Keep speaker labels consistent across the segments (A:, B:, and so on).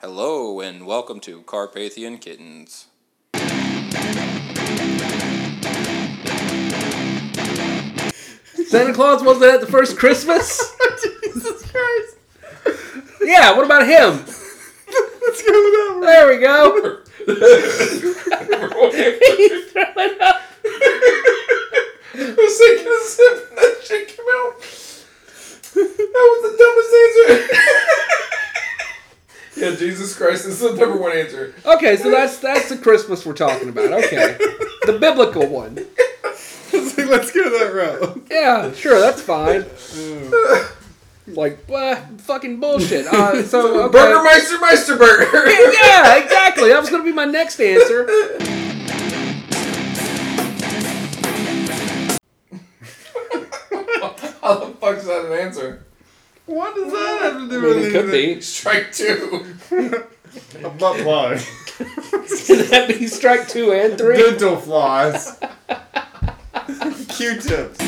A: Hello and welcome to Carpathian Kittens.
B: Santa Claus wasn't at the first Christmas?
C: Jesus Christ.
B: yeah, what about him?
C: Let's go with that
B: There we go. He's throwing up.
C: one. I was taking a sip and that shit came out. That was the dumbest answer. yeah, Jesus Christ is the number one answer.
B: Okay, so that's that's the Christmas we're talking about. Okay. The biblical one.
C: It's like, let's go that route.
B: Yeah, sure, that's fine. Like, blah, fucking bullshit. Uh, so, okay.
C: Burgermeister Meisterburger.
B: yeah, exactly. That was going to be my next answer.
C: How the fuck's that an answer?
D: What does that have to do
B: I mean,
D: with
B: it could be.
C: Strike two.
D: A butt plug.
B: Could that be strike two and three?
D: Dental floss. Q-tips.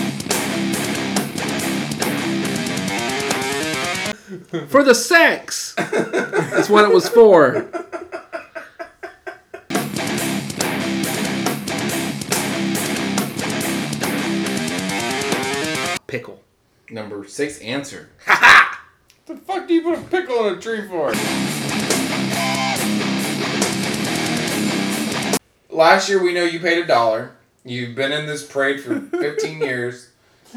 B: For the sex. That's what it was for. Pickle.
C: Number six answer. the fuck do you put a pickle on a tree for? Last year, we know you paid a dollar. You've been in this parade for 15 years.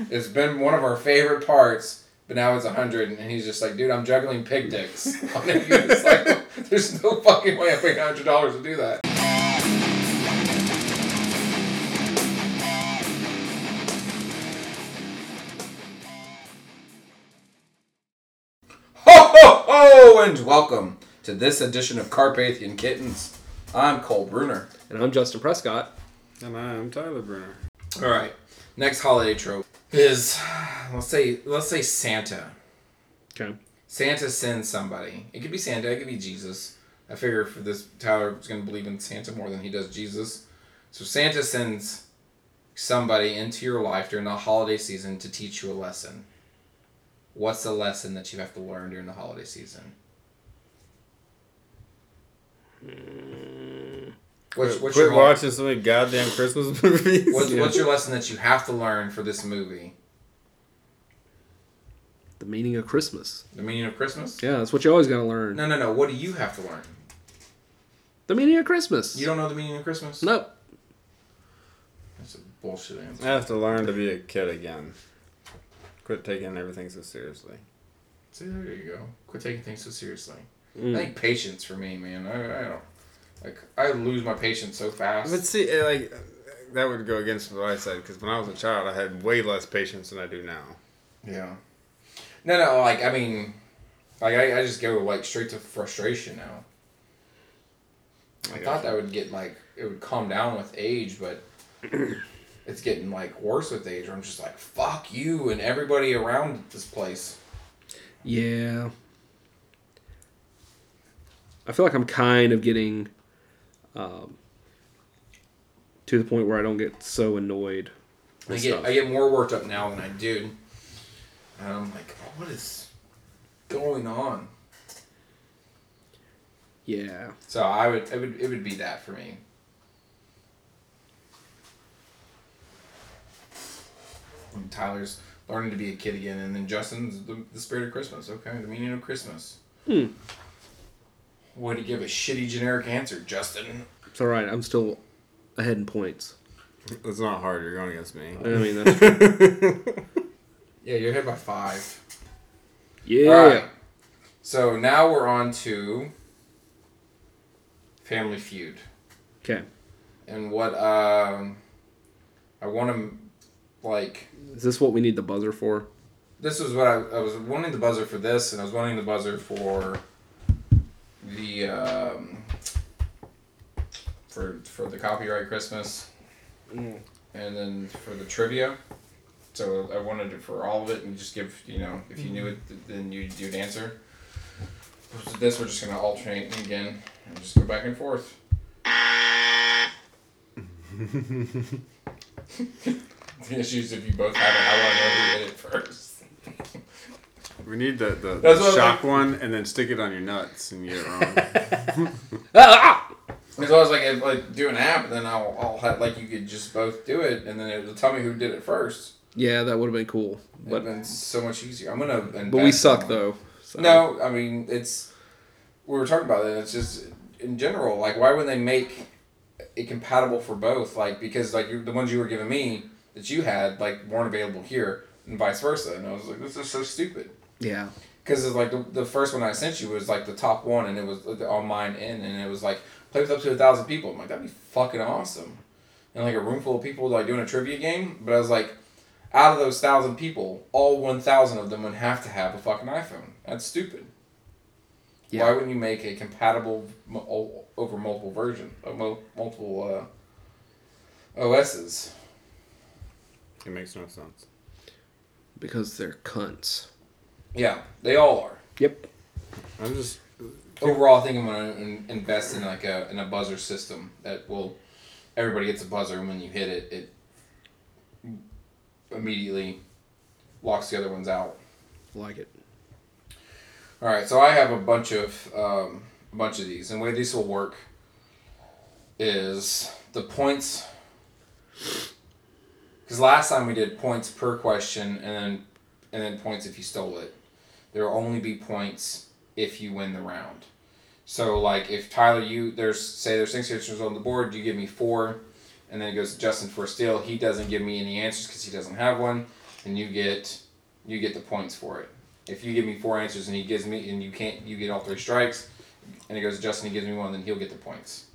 C: It's been one of our favorite parts, but now it's 100, and he's just like, dude, I'm juggling pig dicks. On a unicycle. There's no fucking way I paid $100 to do that. Ho ho ho! And welcome to this edition of Carpathian Kittens. I'm Cole Bruner.
B: And I'm Justin Prescott.
D: And I'm Tyler Brunner.
C: All right, next holiday trope is let's say let's say Santa.
B: Okay.
C: Santa sends somebody. It could be Santa. It could be Jesus. I figure for this Tyler is gonna believe in Santa more than he does Jesus. So Santa sends somebody into your life during the holiday season to teach you a lesson. What's the lesson that you have to learn during the holiday season? What's, what's
D: Quit
C: your hol-
D: watching so many goddamn Christmas movies.
C: What's, what's your lesson that you have to learn for this movie?
B: The meaning of Christmas.
C: The meaning of Christmas?
B: Yeah, that's what you always got to learn.
C: No, no, no. What do you have to learn?
B: The meaning of Christmas.
C: You don't know the meaning of Christmas?
B: Nope.
C: That's a bullshit answer.
D: I have to learn to be a kid again. Quit taking everything so seriously.
C: See, there you go. Quit taking things so seriously. I think patience for me, man. I, I don't. Like, I lose my patience so fast.
D: But see, eh, like that would go against what I said because when I was a child, I had way less patience than I do now.
C: Yeah. No, no, like, I mean, like, I, I just go, like, straight to frustration now. I thought that would get, like, it would calm down with age, but it's getting, like, worse with age where I'm just like, fuck you and everybody around this place.
B: Yeah. I feel like I'm kind of getting um, to the point where I don't get so annoyed.
C: I
B: with
C: get
B: stuff.
C: I get more worked up now than I did. And I'm like, "Oh, what is going on?
B: yeah.
C: So I would it would it would be that for me. And Tyler's learning to be a kid again, and then Justin's the, the spirit of Christmas. Okay, the meaning of Christmas.
B: Hmm.
C: Way to give a shitty generic answer, Justin.
B: It's all right. I'm still ahead in points.
D: It's not hard. You're going against me.
B: I mean, that's
C: Yeah, you're hit by five.
B: yeah.
C: All right. So now we're on to Family Feud.
B: Okay.
C: and what um I want to like
B: Is this what we need the buzzer for?
C: this was what I, I was wanting the buzzer for this and I was wanting the buzzer for the um for for the copyright Christmas and then for the trivia so I wanted it for all of it and just give you know if you knew it th- then you'd, you'd answer So this we're just gonna alternate again and just go back and forth the issues if you both have it. I want to know who did it first.
D: We need the, the,
C: That's
D: the
C: what I'm like-
D: shock one and then stick it on your nuts and you get it wrong.
B: Ah!
C: Because I was like, if, like do an app, then I'll, I'll have like you could just both do it, and then it'll tell me who did it first.
B: Yeah, that would have been cool.
C: But
B: But
C: been so much easier. I'm gonna.
B: but we
C: invest
B: suck
C: on it.
B: though. So.
C: No, I mean it's. We were talking about it. It's just in general, like why would they make it compatible for both? Like because like you the ones you were giving me that you had like weren't available here, and vice versa. And I was like, this is so stupid.
B: Yeah.
C: Because it's like the, the first one I sent you was like the top one, and it was on mine in, and it was like play with up to a thousand people. I'm like, that'd be fucking awesome, and like a room full of people like doing a trivia game. But I was like, out of those thousand people, all one thousand of them would have to have a fucking iPhone. That's stupid.
B: Yeah.
C: Why wouldn't you make a compatible mo- o- over multiple version, uh, mo- multiple uh, OSs?
D: it makes no sense.
B: Because they're cunts.
C: Yeah, they all are.
B: Yep.
D: I'm just
C: overall, I think I'm gonna in- invest in like a in a buzzer system that will everybody gets a buzzer and when you hit it, it immediately locks the other ones out.
B: Like it.
C: All right, so I have a bunch of um, a bunch of these, and the way these will work is the points. Because last time we did points per question, and then and then points if you stole it. There will only be points if you win the round. So like if Tyler, you there's say there's six answers on the board, you give me four, and then it goes to Justin for a steal. He doesn't give me any answers because he doesn't have one, and you get you get the points for it. If you give me four answers and he gives me and you can't you get all three strikes, and it goes to Justin, he gives me one, then he'll get the points.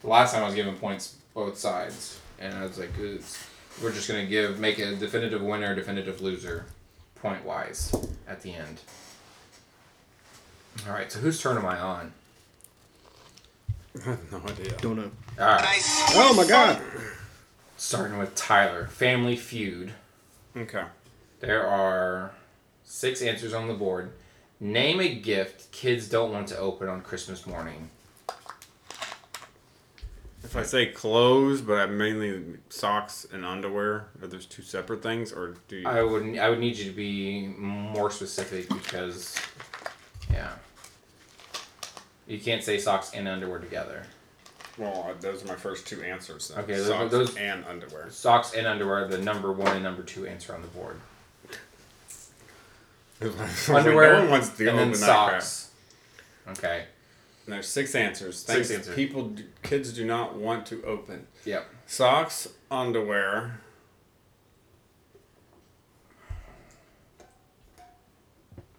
C: The last time I was giving points both sides, and I was like, it's, we're just gonna give make a definitive winner, definitive loser, point wise, at the end. All right, so whose turn am I on?
D: I have no idea.
B: Don't know.
C: All right,
E: Nice.
D: Oh my god.
C: starting with Tyler, Family Feud.
D: Okay.
C: There are six answers on the board. Name a gift kids don't want to open on Christmas morning.
D: If I say clothes, but I mainly socks and underwear, are those two separate things, or do you?
C: I would I would need you to be more specific because, yeah, you can't say socks and underwear together.
D: well, uh, those are my first two answers. Then.
C: Okay, those-
D: socks
C: those-
D: and underwear.
C: Socks and underwear are the number one and number two answer on the board. Underwear
D: no one wants to
C: and
D: open
C: then
D: that crap.
C: socks. Okay.
D: And there's six answers.
C: Six
D: Things
C: answers.
D: people, do, kids do not want to open.
C: Yep.
D: Socks, underwear.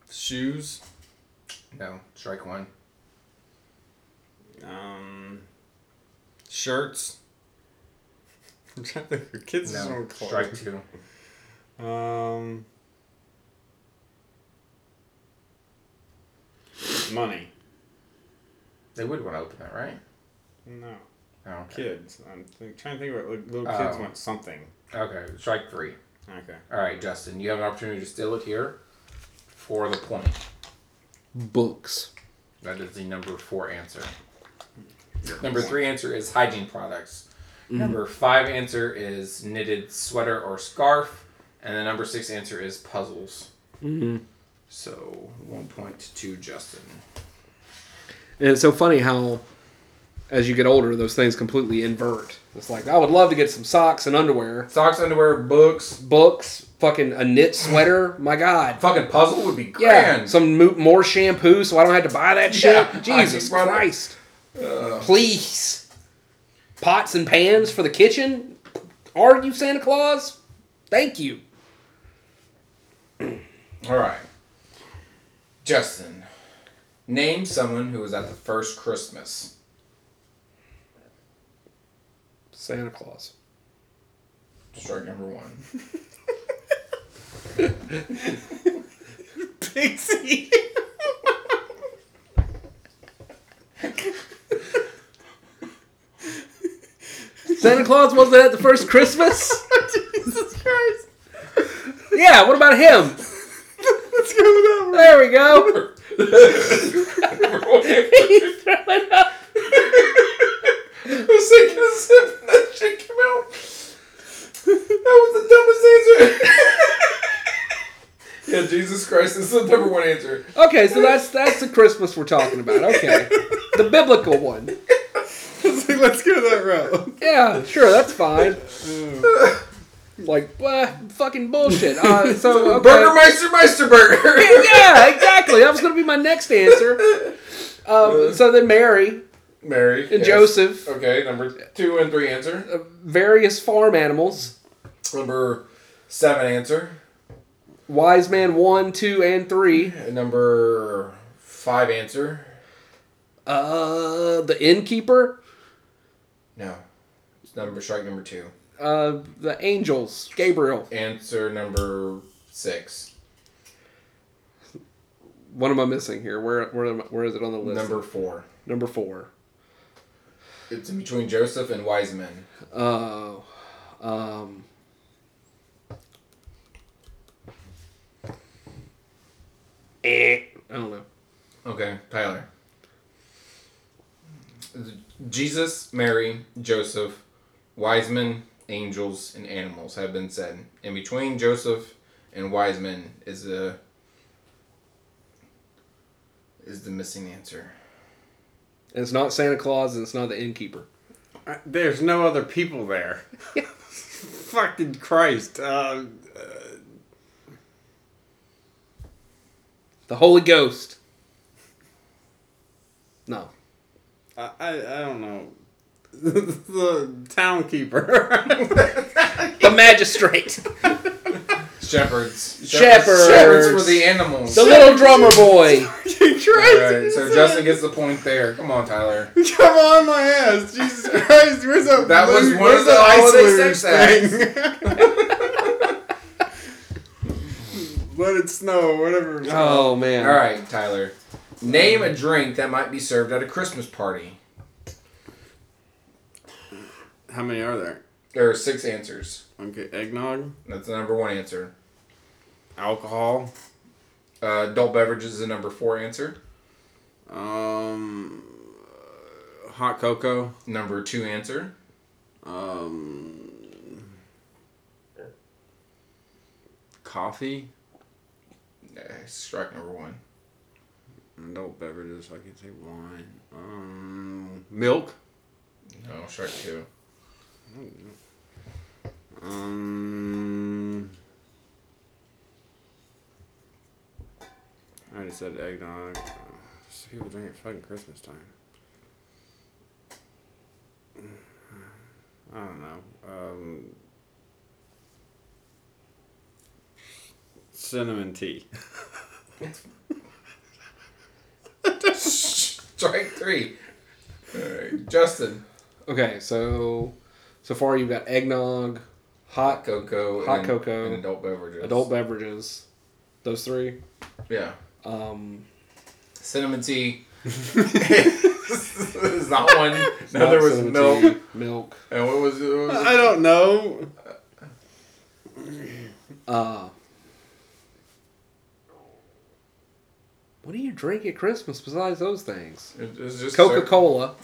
D: Shoes.
C: No. Strike one.
D: Um, shirts. I'm trying to think. Kids just
C: No.
D: want clothes.
C: Strike two.
D: Um, money.
C: They would want to open that, right?
D: No.
C: Oh, okay.
D: Kids. I'm think, trying to think about like, little kids
C: Oh.
D: want something.
C: Okay. Strike three.
D: Okay.
C: All right, Justin, you have an opportunity to steal it here for the point.
B: Books.
C: That is the number four answer. Number three answer is hygiene products.
B: Mm-hmm.
C: Number five answer is knitted sweater or scarf. And the number six answer is puzzles.
B: Mhm.
C: So one point to Justin.
B: And it's so funny how, as you get older, those things completely invert. It's like I would love to get some socks and underwear,
C: Socks, underwear, books.
B: books, fucking a knit sweater. My God.
C: Fucking puzzle would be
B: Yeah,
C: grand.
B: some mo- more shampoo, so I don't have to buy that shit.
C: Yeah,
B: Jesus
C: I can run it.
B: Christ! Please, pots and pans for the kitchen. Are you Santa Claus? Thank you.
C: All right. Justin, name someone who was at the first Christmas.
B: Santa Claus.
C: Strike number one.
D: Pixie.
B: Santa Claus wasn't at the first Christmas.
D: Jesus Christ.
B: Yeah, what about him?
D: Let's go with that
B: There we go. He's throwing up.
C: I was taking a sip and that shit came out. That was the dumbest answer. yeah, Jesus Christ is the number
B: okay, so that's that's the Christmas we're talking about. Okay, the biblical one.
E: It's like, let's go that route.
B: Yeah, sure, that's fine. Like, blah, fucking bullshit. Uh, so okay.
C: Burgermeister Meisterburger.
B: yeah, exactly. That was going to be my next answer. Um, so then Mary
C: Mary
B: and
C: yes.
B: Joseph,
C: Okay, number two and three answer.
B: uh, various farm animals,
C: Number seven answer.
B: wise man one, two, and three.
C: And Number five answer.
B: Uh, the innkeeper,
C: No, it's number strike number two.
B: uh, the angels, Gabriel.
C: Answer number six.
B: What am I missing here? Where where am I, where is it on the list?
C: Number four.
B: Number four.
C: It's in between Joseph and wise men.
B: Oh, um, eh, I don't know.
C: Okay, Tyler. Jesus, Mary, Joseph, wise men, angels, and animals have been said. In between Joseph and wise men is the is the missing answer.
B: And it's not Santa Claus, and it's not the innkeeper.
E: There's no other people there. Fucking Christ. Uh,
B: The Holy Ghost. No.
E: I, I, I don't know. the townkeeper.
B: The magistrate.
C: Shepherds.
B: Shepherds.
C: Shepherds for the animals.
B: the little drummer boy.
E: Christ.
C: All right, so Justin gets the point there. Come on, Tyler.
E: Come on my ass, Jesus Christ! Where's that?
C: That was
E: loot-
C: one
E: where's
C: of the
E: that
C: holiday
E: looters
C: sex
E: thing? Let it snow, whatever.
B: Oh man.
C: All right, Tyler. Name a drink that might be served at a Christmas party.
E: How many are there?
C: There are six answers.
E: Okay, eggnog,
C: That's the number one answer.
E: alcohol,
C: Uh, adult beverages is the number four answer.
E: um, hot cocoa,
C: Number two answer.
E: um, coffee,
C: Uh, strike number one.
E: adult beverages. I can say wine, um, milk,
C: No, strike two.
E: Um, I just said eggnog. Just people drink it fucking Christmas time. I don't know. Um, cinnamon tea.
C: Strike three. All right, Justin.
B: Okay, so so far you've got eggnog,
C: Hot
B: hot
C: cocoa.
B: Hot
C: and-
B: cocoa.
C: And adult beverages.
B: adult beverages, those three.
C: yeah.
B: Um,
C: Cinnamon tea. is not one. No, there
B: hot
C: was
B: cinnamon
C: milk.
B: tea, milk.
C: And what was, what was
E: I don't know.
B: Uh, what do you drink at Christmas besides those things?
C: It was just
B: Coca Cola,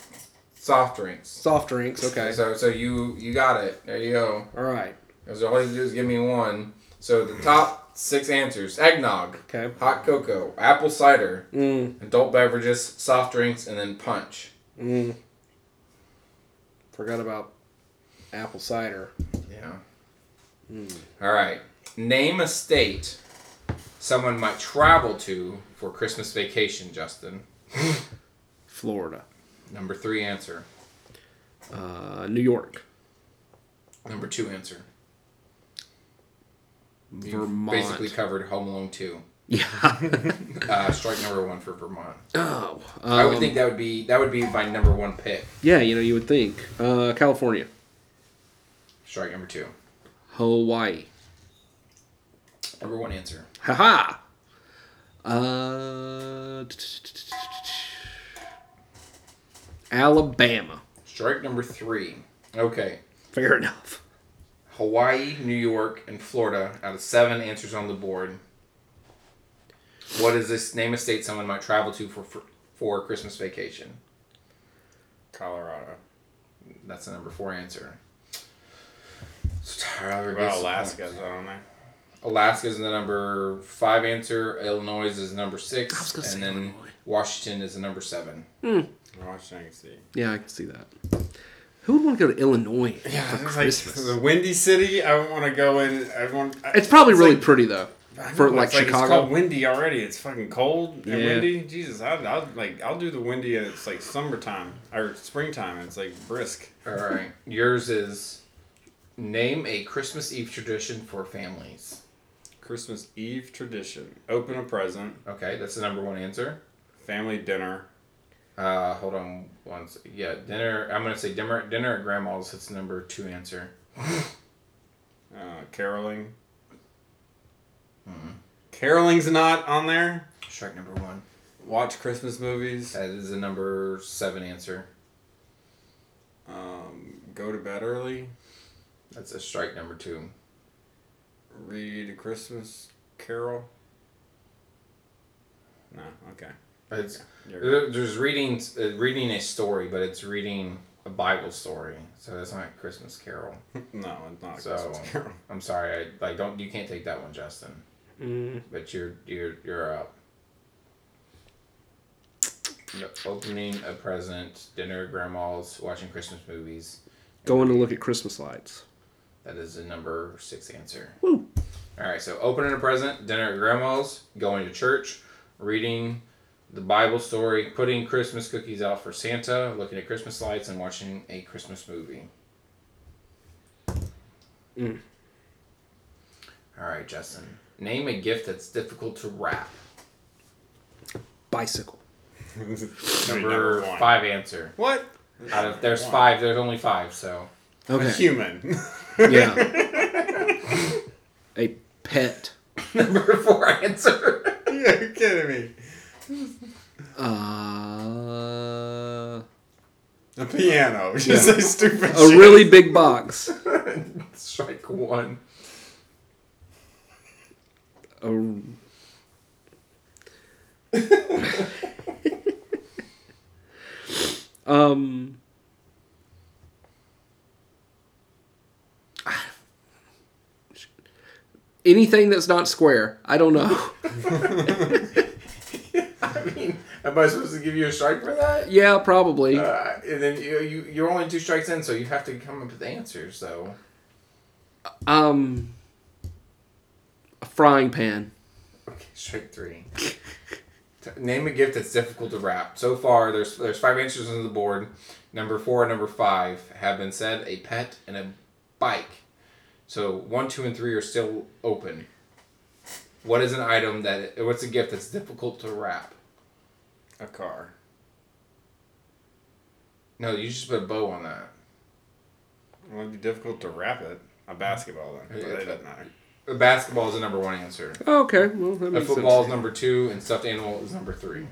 C: soft drinks.
B: soft drinks. Okay,
C: So so you you got it. There you go.
B: all right.
C: Because all you have to do is give me one. So the top six answers: eggnog,
B: Okay.
C: hot cocoa, apple cider,
B: Mm,
C: adult beverages, soft drinks, and then punch.
B: mm. Forgot about apple cider.
C: Yeah.
B: Mm.
C: All right. Name a state someone might travel to for Christmas vacation. Justin,
B: Florida,
C: number three answer.
B: uh, New York,
C: Number two answer. You
B: Vermont.
C: Basically covered Home Alone two.
B: yeah.
C: Uh, strike number one for Vermont.
B: oh, um,
C: I would think that would be that would be my number one pick.
B: Yeah, you know, you would think uh, California,
C: Strike number two.
B: Hawaii,
C: Number one answer.
B: haha. Uh, Alabama.
C: Strike number three. Okay.
B: Fair enough.
C: Hawaii, New York, and Florida out of seven answers on the board. What is this name of state someone might travel to for for, for Christmas vacation?
E: Colorado.
C: That's the number four answer. So Tyler
E: What about
C: gets the
E: Alaska's
C: point.
E: on there?
C: Alaska's the number five answer. Illinois is the number six,
B: gonna
C: and
B: say
C: then
B: Illinois.
C: Washington is the number seven.
E: Washington D.C.
B: Yeah, I can see that. Who would want to go to Illinois for
E: It's like
B: Christmas?
E: the Windy City. I want to go in. I want.
B: it's probably really
E: like-
B: pretty though,
E: I know,
B: for
E: it's
B: like
E: It's
B: Chicago.
E: called windy already. It's fucking cold and
B: Yeah.
E: windy. Jesus, I, I'll like I'll do the windy and it's like summertime or springtime. And it's like brisk.
C: All right, yours is name a Christmas Eve tradition for families.
E: Christmas Eve tradition: open a present,
C: Okay, that's the number one answer.
E: family dinner.
C: Uh, hold on one sec. Yeah, dinner. I'm gonna say dinner. Dinner at grandma's. That's the number two answer.
E: Uh, caroling.
B: Mm-hmm.
E: Caroling's not on there.
C: Strike number one.
E: Watch Christmas movies.
C: That is the number seven answer.
E: Um, go to bed early.
C: That's a strike number two.
E: Read a Christmas carol. No, okay.
C: It's
E: You're good.
C: there- there's reading uh, reading a story, but it's reading a Bible story, so that's not Christmas Carol.
E: No, it's not a
C: So-
E: Christmas carol.
C: I'm sorry, I like don't you can't take that one, Justin.
E: Mm.
C: But you're you're you're up. No, Opening a present, dinner at grandma's, watching Christmas movies.
B: Going to look at Christmas lights.
C: That is the number six answer.
B: Woo.
C: All right, so opening a present, dinner at grandma's, going to church, reading the Bible story, putting Christmas cookies out for Santa, looking at Christmas lights, and watching a Christmas movie.
B: Mm.
C: All right, Justin. Name a gift that's difficult to wrap.
B: Bicycle.
E: number,
C: Number
E: one.
C: five answer.
E: What?
C: Out of there's
E: One.
C: five, there's only five, so
E: A
B: Okay.
E: human.
B: yeah. A pet.
C: number four answer.
E: You're kidding me.
B: Uh,
E: A piano. Which is
B: Yeah.
E: a stupid
B: a
E: shit.
B: really big box.
C: Strike one.
B: A um. Anything that's not square, I don't know.
C: I mean, am I supposed to give you a strike for that?
B: yeah, probably.
C: Uh, and then you, you you're only two strikes in, so you have to come up with the answer. So
B: Um, a frying pan.
C: okay, strike three. T- Name a gift that's difficult to wrap. So far, there's there's five answers on the board. Number four and number five have been said. A pet and a bike. So one, two, and three are still open. What is an item that? What's a gift that's difficult to wrap?
E: A car.
C: No, you just put a bow on that.
E: It would be difficult to wrap it. A basketball then. But it doesn't matter.
C: A basketball is the number one answer.
B: okay, well that
C: A
B: makes
C: football is
B: sense.
C: number two, and stuffed animal is number three.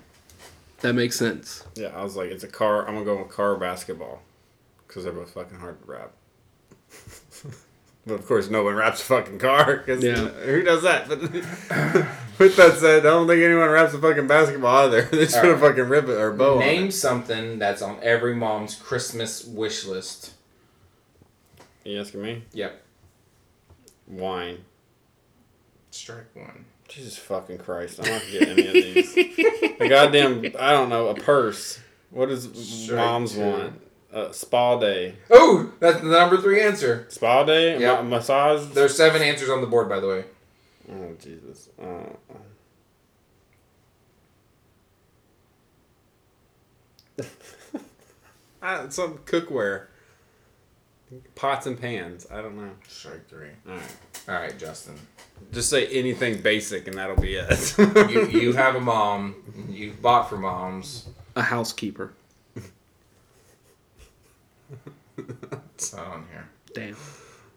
B: That makes sense.
E: Yeah, I was like, it's a car. I'm gonna go with car basketball, because they're both fucking hard to wrap. but of course, no one wraps a fucking car. 'cause
B: Yeah.
E: who does that? But with that said, I don't think anyone wraps a fucking basketball either. They just put a
C: Alright.
E: fucking ribbon or bow on
C: Name
E: it.
C: something that's on every mom's Christmas wish list.
E: You asking me?
C: Yep.
E: Wine.
C: Strike one.
E: Jesus fucking Christ! I don't have to get any of these. a goddamn, I don't know, a purse. What does
C: Straight
E: moms
C: to-
E: want? Uh, spa day.
C: Oh, that's the number three answer.
E: Spa day.
C: Yeah.
E: Ma- massage.
C: There's seven answers on the board, by the way.
E: Oh Jesus. Uh, uh, some cookware. Pots and pans. I don't know.
C: Strike three.
E: All right.
C: All right, Justin.
E: Just say anything basic, and that'll be it.
C: You you have a mom. You've bought for moms.
B: A housekeeper.
C: It's not on here.
B: Damn.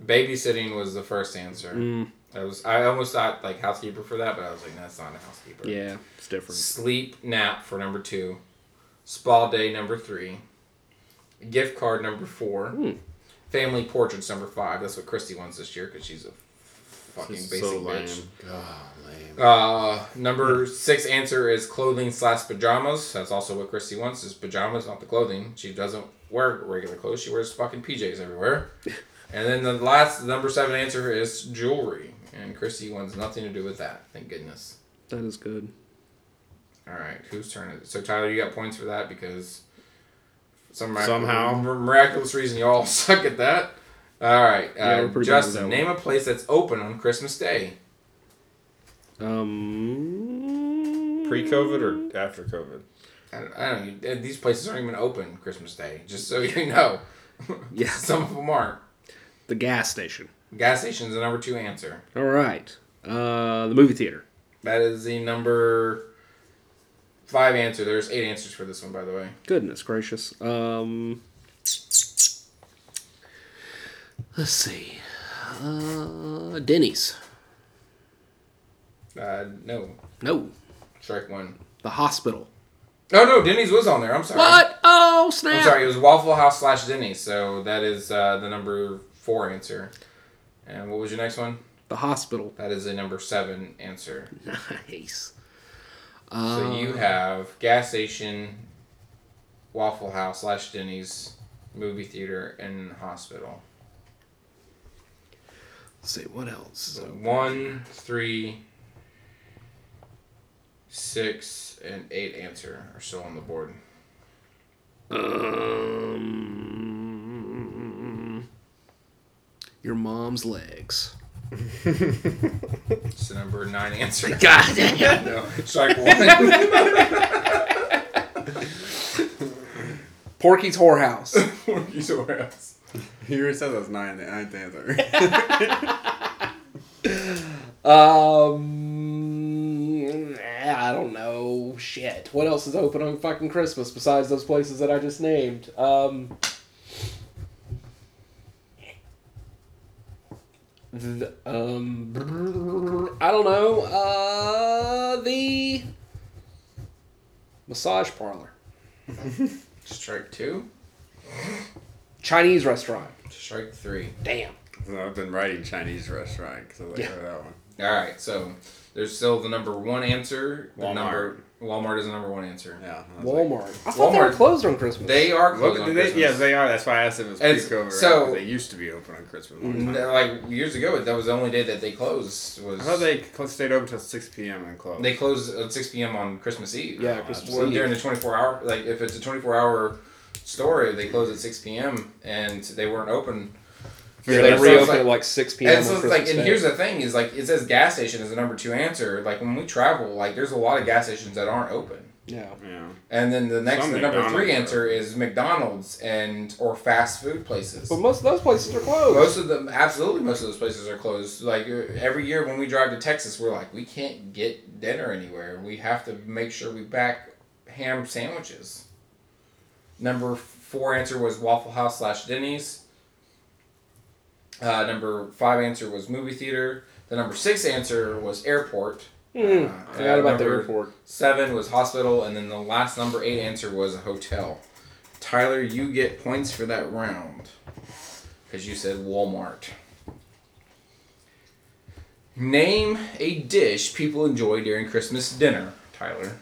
C: Babysitting was the first answer. I was I almost thought like housekeeper for that, but I was like, that's not a housekeeper.
B: Yeah, it's different.
C: Sleep nap for number two. Spa day number three. Gift card number four. Family portraits number five. That's what Christy wants this year because she's a fucking basic bitch.
E: God, lame.
C: Uh, number six answer is clothing slash pajamas. That's also what Christy wants is pajamas, not the clothing. She doesn't wear regular clothes. She wears fucking PJs everywhere. And then the last the number seven answer is jewelry, and Christy wants nothing to do with that. Thank goodness.
B: That is good.
C: All right, whose turn is it? So Tyler, you got points for that because some mirac-
E: Somehow.
C: mir- miraculous reason y'all suck at that. All right, uh,
B: Yeah, we're pretty bad at that
C: Justin,
B: one.
C: name a place that's open on Christmas Day.
B: Um,
E: Pre-COVID or after COVID?
C: I don't, I don't know. These places aren't even open Christmas Day, just so you know.
B: Yeah.
C: Some of them aren't.
B: the gas station.
C: Gas station's the number two answer.
B: All right. Uh, the movie theater.
C: That is the number five answer. There's eight answers for this one, by the way.
B: Goodness gracious. Um, let's see. Uh, Denny's.
C: Uh, no,
B: No,
C: strike one. Oh,
B: the hospital.
C: No, no, Denny's was on there. I'm sorry.
B: What? Oh snap!
C: I'm sorry. It was Waffle House slash Denny's. So that is uh, the number four answer. And what was your next one?
B: The hospital.
C: That is the number seven answer.
B: Nice.
C: so you have gas station, Waffle House slash Denny's, movie theater, and hospital.
B: Let's see what else.
C: So one, three, six, and eight answer are still on the board.
B: Um, your mom's legs.
C: It's the number nine answer.
B: God damn.
C: no, strike one.
B: Porky's whorehouse.
C: You somewhere else.
E: You already said that's nine. Ninth answer.
B: Um, I don't know. Shit. What else is open on fucking Christmas besides those places that I just named? Um, the, um, I don't know. Uh, the massage parlor,
C: Strike two.
B: Chinese restaurant.
C: Strike three.
B: Damn.
E: So I've been writing Chinese restaurant because I like
B: Yeah.
E: oh, that one.
C: All right, so there's still the number one answer. The
E: Walmart.
C: number Walmart is the number one answer.
E: Yeah. I was like-
B: Walmart. I thought they were
C: Walmart.
B: closed on Christmas.
C: They are
E: Look,
C: closed on
E: they-
C: Christmas.
E: yeah, they are. That's why I asked if it was
C: It's-
E: pre-COVID.
C: so-
E: So Mm, they used to be open on Christmas. all the time.
C: N- like years ago, that was the only day that they closed. Was
E: I thought they cl- stayed open till six p.m. and closed.
C: They close at 6 p.m. on Christmas Eve.
B: Yeah, Christmas
C: Well,
B: Eve.
C: During the 24 hour, like if it's a 24 hour store, they close at 6 p.m. and they weren't open.
B: Yeah,
C: So
B: they
C: it's
B: reopened
C: like-
B: at like six p.m.
C: And so
B: on
C: it's
B: Christmas
C: like, and
B: Day.
C: here's the thing is like it says gas station is the number two answer. Like when we travel, like there's a lot of gas stations that aren't open.
B: yeah.
E: Yeah.
C: And then the next,
E: Some
C: the number
E: McDonald's
C: three
E: are
C: answer is McDonald's and or fast food places.
B: But most of those places are closed.
C: Most of them, absolutely, most of those places are closed. Like uh, every year when we drive to Texas, we're like, we can't get dinner anywhere. We have to make sure we back ham sandwiches. Number four answer was Waffle House slash Denny's. Uh, number five answer was movie theater. The number six answer was airport.
B: Mm,
C: Uh,
B: forgot about the
C: number
B: airport.
C: Seven was hospital, and then the last number eight answer was a hotel. Tyler, you get points for that round because you said Walmart. Name a dish people enjoy during Christmas dinner, Tyler.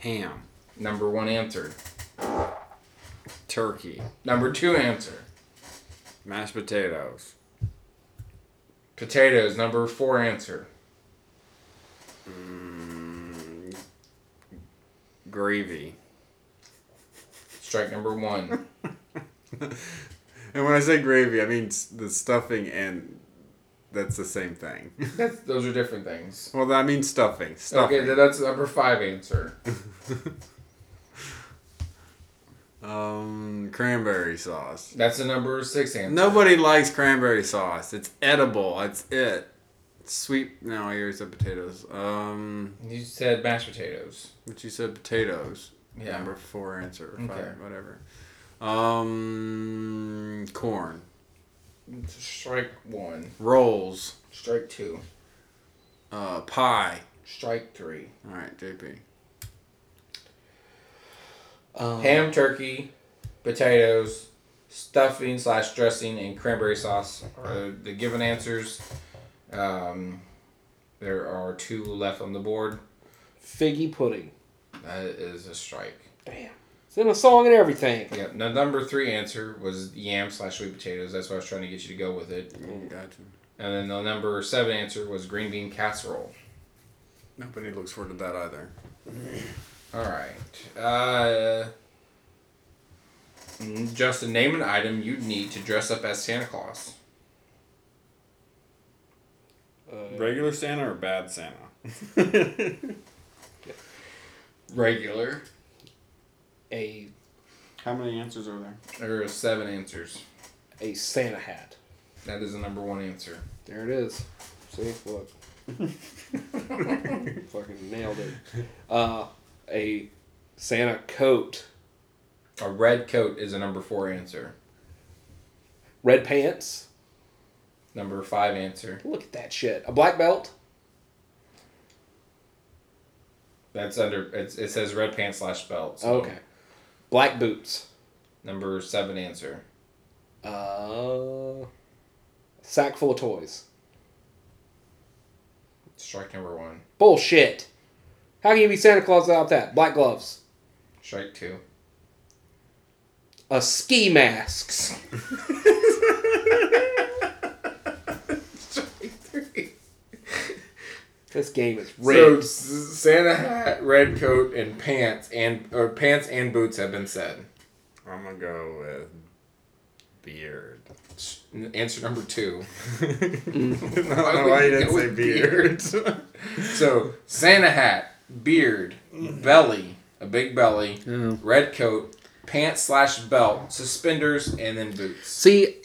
E: Ham,
C: Number one answer.
E: turkey,
C: Number two answer.
E: mashed potatoes,
C: Potatoes. Number four answer.
E: mm, gravy.
C: Strike number one.
E: And when I say gravy, I mean s- the stuffing and that's the same thing.
C: That's, those are different things.
E: well, I mean stuffing. Stuffing.
C: Okay, that's number five answer.
E: um, cranberry sauce.
C: That's the number six answer.
E: Nobody likes cranberry sauce. It's edible. It's it. Sweet. No, I already said potatoes. Um,
C: You said mashed potatoes.
E: but you said potatoes.
C: Yeah.
E: Number four answer.
C: Okay.
E: Five, whatever. Um, corn
C: Strike one.
E: rolls.
C: Strike two.
E: Uh, pie.
C: Strike three.
E: All right, JP.
B: Um,
C: Ham, turkey, potatoes, stuffing slash dressing, and cranberry sauce are the given answers. Um, There are two left on the board.
B: Figgy pudding.
C: That is a strike.
B: Damn. It's in a song and everything.
C: Yep. Now, number three answer was yam slash sweet potatoes. That's what I was trying to get you to go with it.
D: Gotcha.
C: And then the number seven answer was green bean casserole.
D: Nobody looks forward to that either.
C: All right. Uh, mm, Justin, name an item you'd need to dress up as Santa Claus.
B: Uh,
D: Regular Santa or bad Santa?
C: Regular.
B: a
D: How many answers are there?
C: There are seven answers.
B: a Santa hat.
C: That is the number one answer.
B: There it is. See, look, fucking nailed it. Uh, a Santa coat,
C: A red coat is a number four answer.
B: red pants.
C: Number five answer.
B: Look at that shit. A black belt.
C: That's under. It's, it says red pants slash belt. so
B: Okay. Black boots.
C: Number seven answer.
B: Uh, sack full of toys.
C: Strike number one.
B: Bullshit. How can you be Santa Claus without that? Black gloves.
C: Strike two.
B: A ski mask.
C: Strike three.
B: This game is
C: So
B: rigged.
C: s- Santa hat, red coat, and pants and or pants and boots have been said.
D: I'm gonna go with beard.
C: S- Answer number two.
D: I
C: Why
D: don't know
C: would
D: why
C: you go
D: you didn't say
C: with
D: beard.
C: So Santa hat, beard,
D: Mm-hmm.
C: belly, a big belly,
B: Oh.
C: red coat, pants slash belt, suspenders, and then boots.
B: See,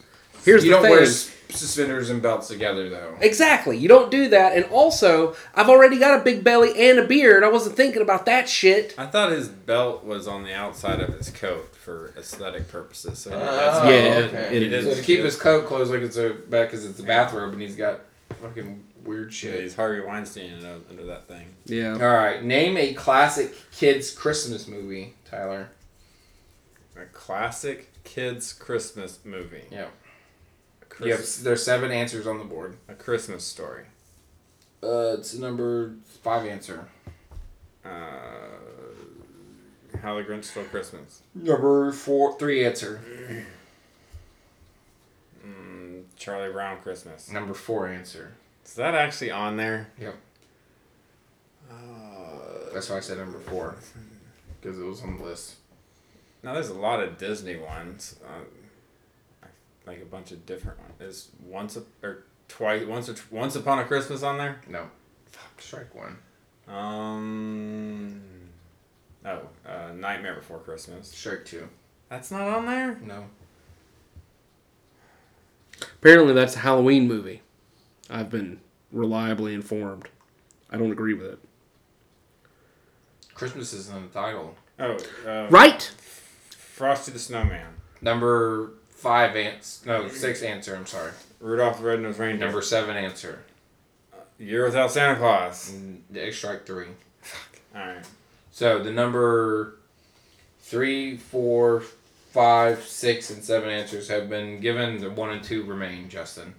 B: here's
C: you
B: the
C: don't
B: thing.
C: wear s- suspenders and belts together though.
B: Exactly. You don't do that. And also, I've already got a big belly and a beard. I wasn't thinking about that shit.
D: I thought his belt was on the outside of his coat for aesthetic purposes. So
C: Oh,
B: yeah,
C: okay.
B: it is.
D: He
C: So to
D: doesn't-
C: keep his coat closed like it's a back because it's a bathrobe and he's got fucking weird
D: Yeah,
C: shit.
D: he's Harvey Weinstein you know, under that thing.
B: Yeah.
C: All right, name a classic kids Christmas movie, Tyler.
D: A classic kids Christmas movie.
C: Yeah.
D: A,
C: You have
D: Christ-
C: there's seven answers on the board.
D: a Christmas story.
C: Uh, it's number five answer.
D: Uh, How the Grinch Stole Christmas.
C: Number four, three answer.
D: Mm, Charlie Brown Christmas.
C: Number four answer.
D: Is that actually on there?
C: Yep.
D: Uh,
C: That's why I said number four, because it was on the list.
D: now there's a lot of Disney ones, uh, I- like a bunch of different ones. There's once a, or twice once or t- once upon a Christmas on there.
C: No. Fuck. Strike one.
D: Um. Oh, uh, Nightmare Before Christmas.
C: Strike two.
D: That's not on there.
C: No.
B: Apparently, that's a Halloween movie. I've been reliably informed. I don't agree with it.
C: Christmas is in the title.
D: Oh, uh,
B: Right?
D: Frosty the Snowman.
C: Number five answer. No, six answer. I'm sorry.
D: Rudolph the Red-Nosed Reindeer.
C: Number seven answer.
D: Year Without Santa Claus.
C: Mm, they Strike three.
D: All right.
C: So the number three, four, five, six, and seven answers have been given. The one and two remain, Justin.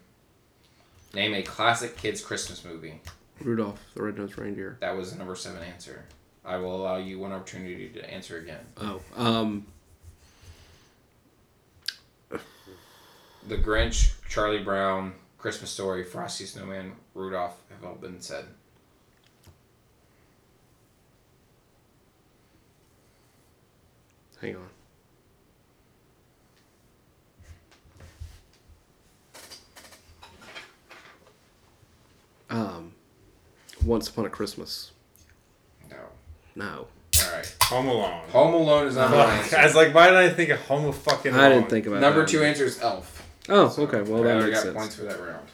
C: Name a classic kids' Christmas movie.
B: Rudolph the Red-Nosed Reindeer.
C: That was the number seven answer. I will allow you one opportunity to answer again.
B: Oh, um,
C: The Grinch, Charlie Brown, Christmas Story, Frosty Snowman, Rudolph have all been said.
B: hang on. Um, Once Upon a Christmas.
C: No.
B: No.
C: All right.
D: Home Alone.
C: Home Alone is number one
D: Fuck, I
C: answer.
D: was like, why did I think of Home fucking?
B: I
D: Alone?
B: didn't think about
C: Number
B: that.
C: two answer is Elf.
B: Oh, okay. Well,
C: I
B: that
C: already
B: makes
C: got
B: sense.
C: points for that round.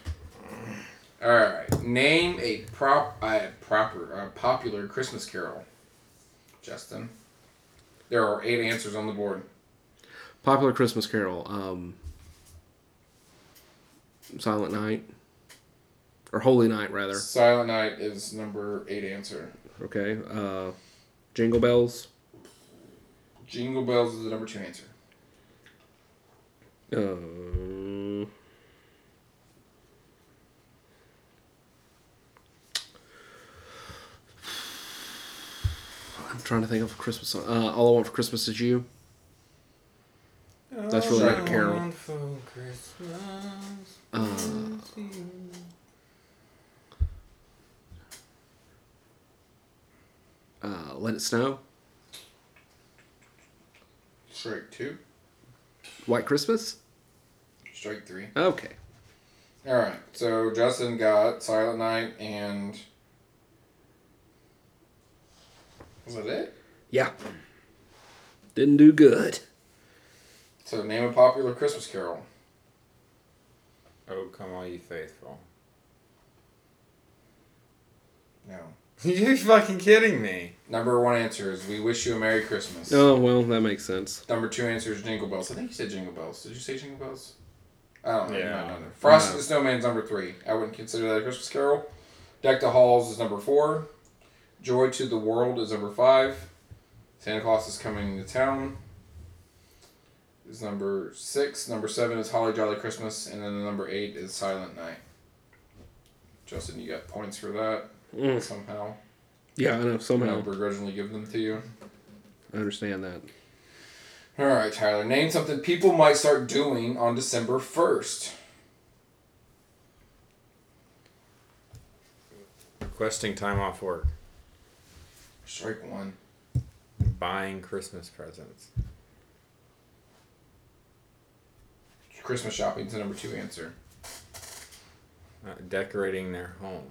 C: All right. Name a prop, a proper, a popular Christmas carol. Justin, there are eight answers on the board.
B: Popular Christmas Carol. Um, Silent Night. Or Holy Night, rather.
C: Silent Night is number eight answer.
B: Okay. Uh, Jingle Bells.
C: Jingle Bells is the number two answer.
B: Uh, Um, trying to think of a Christmas song. Uh, All I Want for Christmas Is You. That's really like a carol.
D: All I want for Christmas is you.
B: Uh, Let It Snow.
C: Strike two,
B: White Christmas.
C: strike three.
B: Okay.
C: All right. So Justin got Silent Night and was that it?
B: Yeah. Didn't do good.
C: So name a popular Christmas carol.
D: Oh, come all ye faithful.
C: No.
D: You're fucking kidding me.
C: Number one answer is "We Wish You a Merry Christmas."
B: Oh well, that makes sense.
C: Number two answer is Jingle Bells. I think you said Jingle Bells. Did you say Jingle Bells? I don't know.
D: Yeah.
C: Yeah. Frosty
D: No.
C: the Snowman's number three. I wouldn't consider that a Christmas Carol. Deck the Halls is number four. Joy to the World is number five. Santa Claus is Coming to Town is number six. Number seven is Holly Jolly Christmas. And then the number eight is Silent Night. Justin, you got points for that
B: Mm.
C: somehow.
B: Yeah, I know.
C: I'll
B: Somehow
C: begrudgingly give them to you.
B: I understand that.
C: All right, Tyler. Name something people might start doing on December first.
D: Requesting time off work.
C: Strike one.
D: Buying Christmas presents.
C: Christmas shopping's the number two answer.
D: Uh, decorating their home.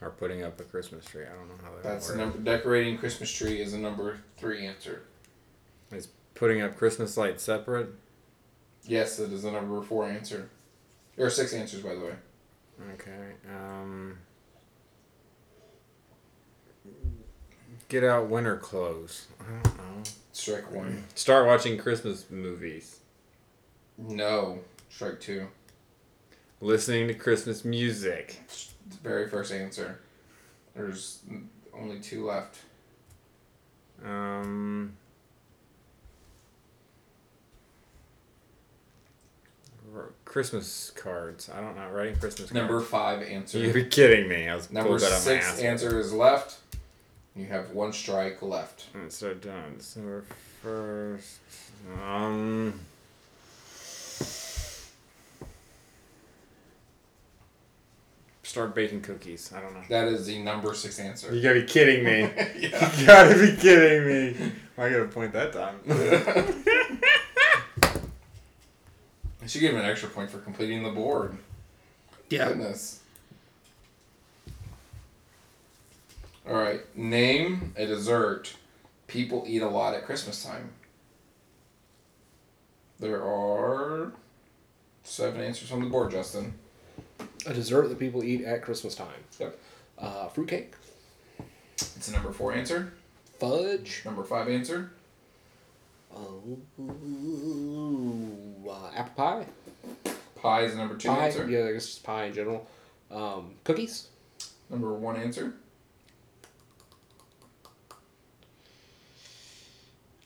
D: Or putting up a Christmas tree. I don't know how that
C: That's the
D: would
C: number. Decorating Christmas tree is the number three answer.
D: Putting up Christmas lights separate.
C: Yes, that is the number four answer. There are six answers, by the way.
D: Okay. Um, get out winter clothes. I don't know.
C: Strike one.
D: Start watching Christmas movies.
C: No. Strike two.
D: Listening to Christmas music.
C: The very first answer. There's only two left.
D: Um, r- Christmas cards. I don't know. Writing Christmas cards.
C: Number five answer.
D: You're kidding me. I was
C: number
D: pulled that out of my
C: six
D: ass.
C: answer is left. You have one strike left.
D: And so done. December first. Um. Start baking cookies. I don't know.
C: That is the number six answer.
D: You gotta be kidding me.
C: yeah.
D: You gotta be kidding me. I gotta point that time.
C: I should give him an extra point for completing the board. Goodness. All right. Name a dessert people eat a lot at Christmas time. There are seven answers on the board, Justin.
B: A dessert that people eat at Christmas time.
C: Yep.
B: Uh, fruitcake,
C: It's a number four answer,
B: fudge,
C: number five answer,
B: oh, uh, apple pie,
C: pie is a number two
B: pie.
C: answer,
B: Yeah, I guess just pie in general. Um, cookies.
C: number one answer,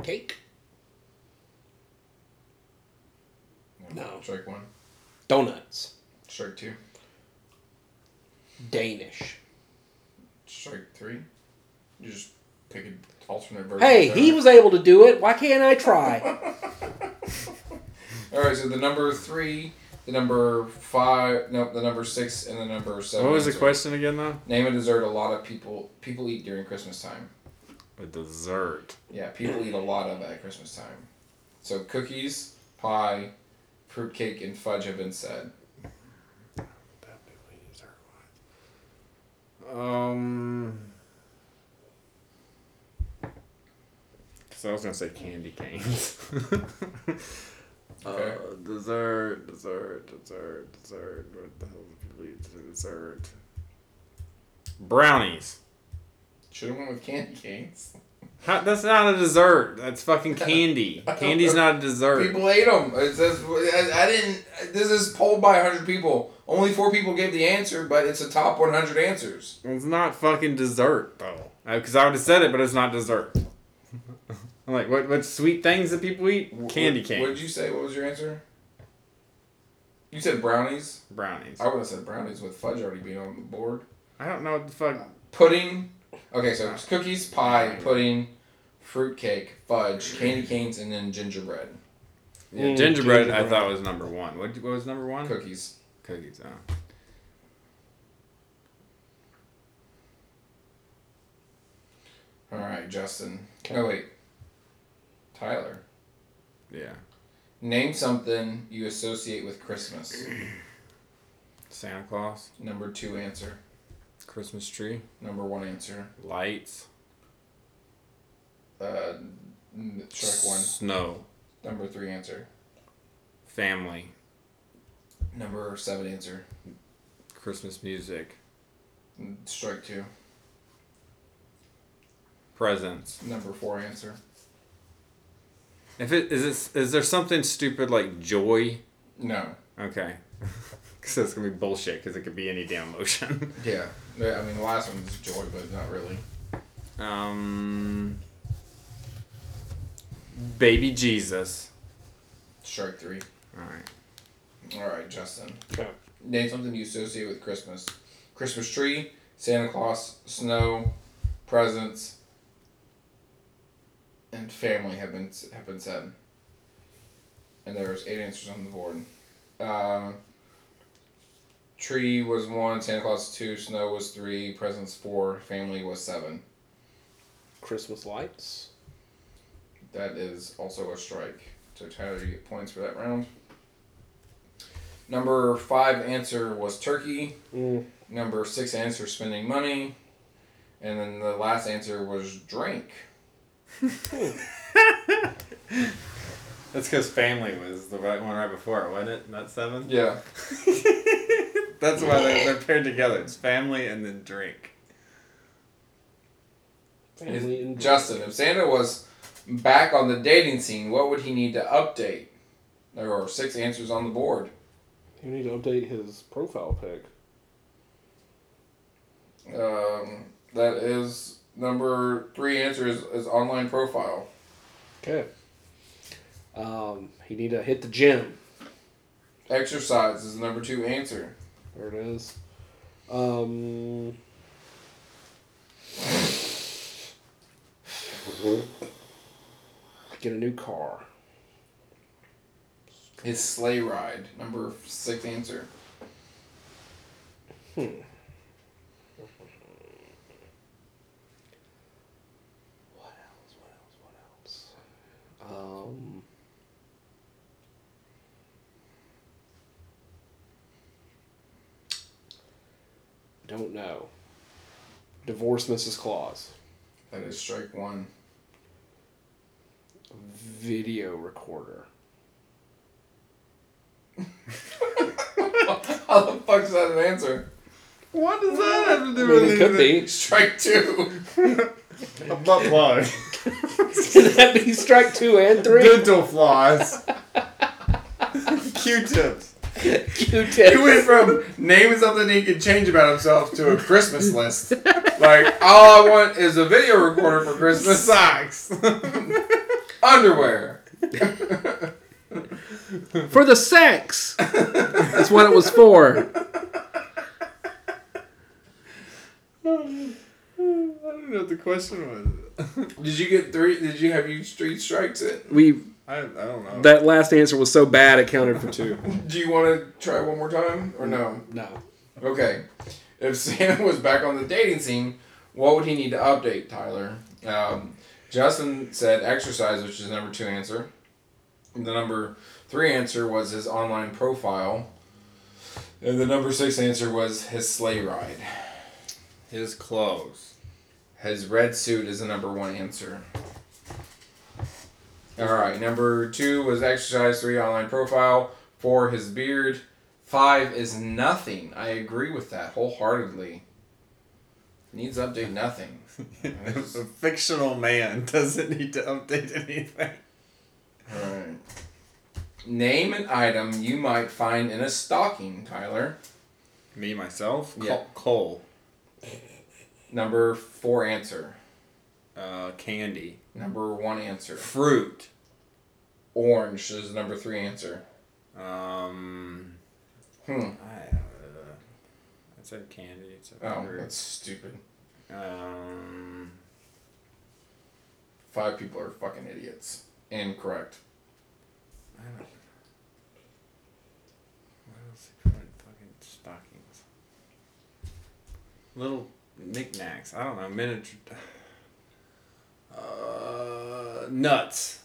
B: Cake. No.
C: strike one,
B: Donuts.
C: strike two,
B: Danish.
C: strike three. You just pick an alternate version.
B: Hey,
C: of
B: he
C: that.
B: was able to do it. Why can't I try?
C: All right, so the number three, the number five, no, the number six, and the number seven.
D: What was the
C: answer.
D: question again, though?
C: Name a dessert a lot of people people eat during Christmas time.
D: A dessert.
C: Yeah, people eat a lot of at Christmas time. So cookies, pie, fruitcake, and fudge have been said.
D: Um. Because I was gonna say candy canes.
C: Okay.
D: Uh, dessert, dessert, dessert, dessert. What the hell do people eat for dessert? Brownies.
C: Should have went with candy canes.
D: How, that's not a dessert. That's fucking candy. Candy's not a dessert.
C: People ate them. It says I, I didn't. This is polled by 100 people. Only four people gave the answer, but it's the top 100 answers.
D: It's not fucking dessert though. Because I would have said it, but it's not dessert. I'm like, what? What sweet things that people eat?
C: Wh-
D: Candy
C: what-
D: canes.
C: What did you say? What was your answer? You said brownies.
D: Brownies.
C: I would have said brownies with fudge already being on the board.
D: I don't know what the fuck.
C: Pudding, Okay, so it's cookies, pie, pudding, fruitcake, fudge, candy canes, and then gingerbread.
D: Yeah,
B: Mm,
D: gingerbread, I
B: gingerbread.
D: thought was number one. What, what was number one?
C: Cookies.
D: Cookies. Oh.
C: All right, Justin. No, wait. Tyler.
D: Yeah.
C: Name something you associate with Christmas.
D: Santa Claus,
C: Number two answer.
D: Christmas tree,
C: Number one answer.
D: lights,
C: Uh, n- Shrek one.
D: snow,
C: Number three answer.
D: family,
C: Number seven answer.
D: Christmas music,
C: N- Strike two.
D: presents.
C: Number four answer.
D: If it is it, is there something stupid like joy?
C: No.
D: Okay. Because that's gonna be bullshit. Because it could be any damn emotion.
C: Yeah. I mean, the last one was joy, but not really.
D: um. Baby Jesus.
C: Strike three.
D: All right.
C: All right, Justin.
B: Okay.
C: Name something you associate with Christmas. Christmas tree, Santa Claus, snow, presents, and family have been have been said. And there's eight answers on the board. Uh, tree was one, Santa Claus two, snow was three, presents four, family was seven.
B: Christmas lights.
C: That is also a strike. So Tyler, you get points for that round. Number five answer was turkey.
B: Mm.
C: Number six answer spending money. And then the last answer was drink.
D: That's because family was the right one right before, wasn't it? Not seven.
C: Yeah.
D: That's why they're, they're paired together. It's family and then drink.
B: Family and
C: Justin, if Santa was back on the dating scene, what would he need to update? There are six answers on the board.
B: You need to update his profile pic.
C: Um, that is number three answer is, is online profile.
B: Okay. Um, he need to hit the gym.
C: Exercise is the number two answer.
B: There it is. Um. Get a new car.
C: His sleigh ride, number six answer.
B: What else? What else? What else? Um. Don't know. Divorce Mrs. Claus.
C: That is strike one.
B: Video recorder.
C: How the fuck's that an answer?
D: What does that have to
B: I mean, it could be.
C: Strike two.
D: A butt plug.
B: Could that be strike two and three?
D: Dental floss. Q-tips.
C: He went from naming something he could change about himself to a Christmas list. Like, all I want is a video recorder for Christmas.
D: Socks.
C: Underwear.
B: For the sex! That's what it was for.
D: I don't know what the question was.
C: Did you get three? Did you have you three strikes it?
B: We
D: I, I don't know.
B: that last answer was so bad it counted for two.
C: Do you want to try one more time or no?
B: No.
C: Okay. If Santa was back on the dating scene, what would he need to update, Tyler? Um, Justin said exercise, which is number two answer. The number three answer was his online profile. And the number six answer was his sleigh ride.
D: His clothes.
C: His red suit is the number one answer. All right, number two was exercise. Three online profile. Four his beard. Five is nothing. I agree with that wholeheartedly. Needs update nothing.
D: a fictional man doesn't need to update anything.
C: All right. Name an item you might find in a stocking, Tyler.
D: Me, myself?
C: Yeah.
D: Col-
C: Number four answer.
D: Coal. Uh, candy.
C: Number one answer.
D: Fruit.
C: Orange is number three answer.
D: Um,
C: Hmm.
D: I, uh, I said candy. I said
C: Oh,
D: fruit.
C: that's stupid.
D: Um,
C: Five people are fucking idiots. Incorrect.
D: I don't. What else they put in fucking stockings? Little knickknacks. I don't know. Miniature. Uh, nuts.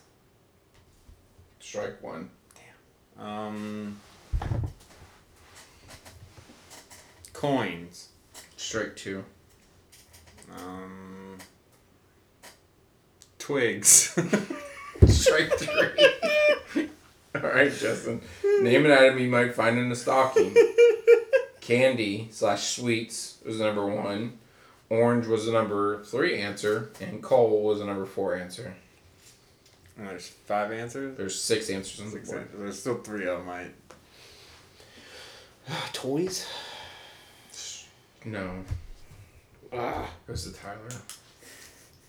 C: Strike one.
D: Um, coins.
C: Strike two.
D: Um, twigs.
C: Strike three. All right, Justin. Name an item you might find in a stocking. Candy slash sweets was the number one. Orange was the number three answer, and coal was the number four answer.
D: And there's five answers.
C: There's six answers on the
D: Six
C: board.
D: answers. There's still three of them. I,
B: Ah,
C: Toys? No.
B: Ah,
C: It was the Tyler.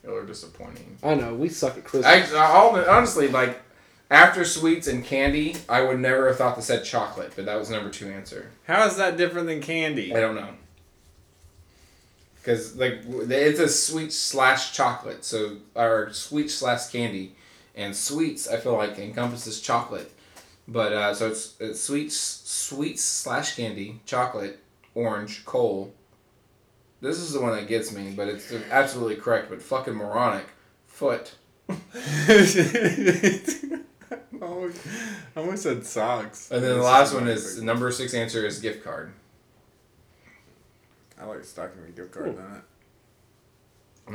C: Y'all are disappointing.
B: I know we suck at Christmas.
C: I, all, honestly, like, after sweets and candy, I would never have thought they said chocolate, but that was number two answer.
D: how is that different than candy?
C: I don't know. Because like w- it's a sweet slash chocolate, so or sweet slash candy, and sweets I feel like encompasses chocolate, but uh, so it's, it's sweets sweets slash candy, chocolate, orange, coal. This is the one that gets me, but it's absolutely correct. But fucking moronic, foot.
D: almost, I almost said socks.
C: And then the last one is number six answer is gift card.
D: I like stocking with gift cards on it.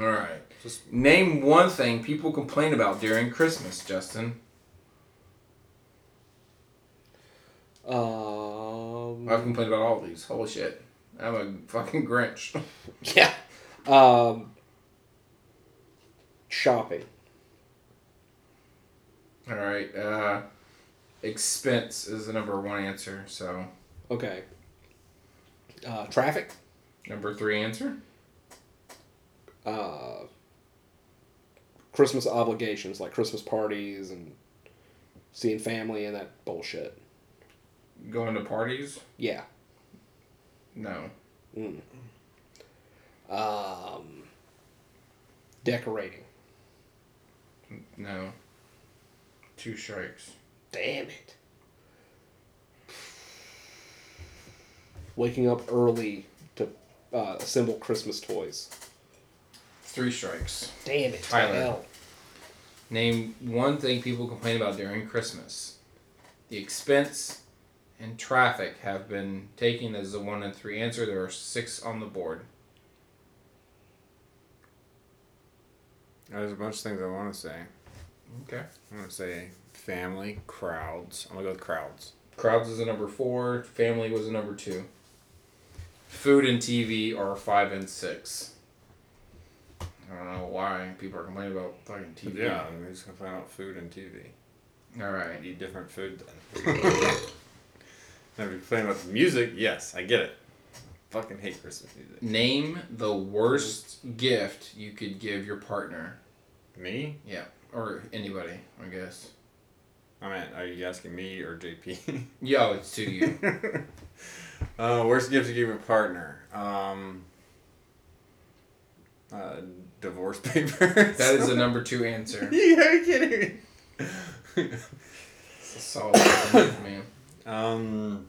C: All right,
D: Just
C: name one thing people complain about during Christmas, Justin.
B: um,
D: Uh,
C: I've complained about all these. Holy shit. I'm a fucking Grinch.
B: yeah. Um, shopping.
C: Alright, uh expense is the number one answer, so
B: Okay. Uh, traffic.
C: number three answer?
B: Uh, Christmas obligations like Christmas parties and seeing family and that bullshit.
C: Going to parties?
B: Yeah.
C: No.
B: Mm. Um, decorating.
C: No. Two strikes.
B: Damn it. Waking up early to uh, assemble Christmas toys.
C: Three strikes.
B: Damn it.
C: Tyler.
B: Hell.
C: Name one thing people complain about during Christmas. The expense and traffic have been taken as the one and three answer. There are six on the board.
D: there's a bunch of things I want to say.
C: Okay.
D: I want to say family, crowds. I'm gonna go with crowds.
C: Crowds is a number four. Family was a number two. Food and TV are five and six. I don't know why people are complaining about fucking TV.
D: Yeah, I'm just gonna find out food and TV.
C: All
D: I
C: right.
D: eat different food then. now if you're playing with music, yes, I get it. fucking hate Christmas music.
C: Name the worst gift you could give your partner.
D: Me?
C: Yeah, or anybody, I guess.
D: I mean, are you asking me or JP?
C: Yo, it's to you.
D: uh, worst gift to give your partner? Um, uh, divorce papers.
C: that is the number two answer.
D: you are kidding me.
C: It's a solid answer for me.
D: um,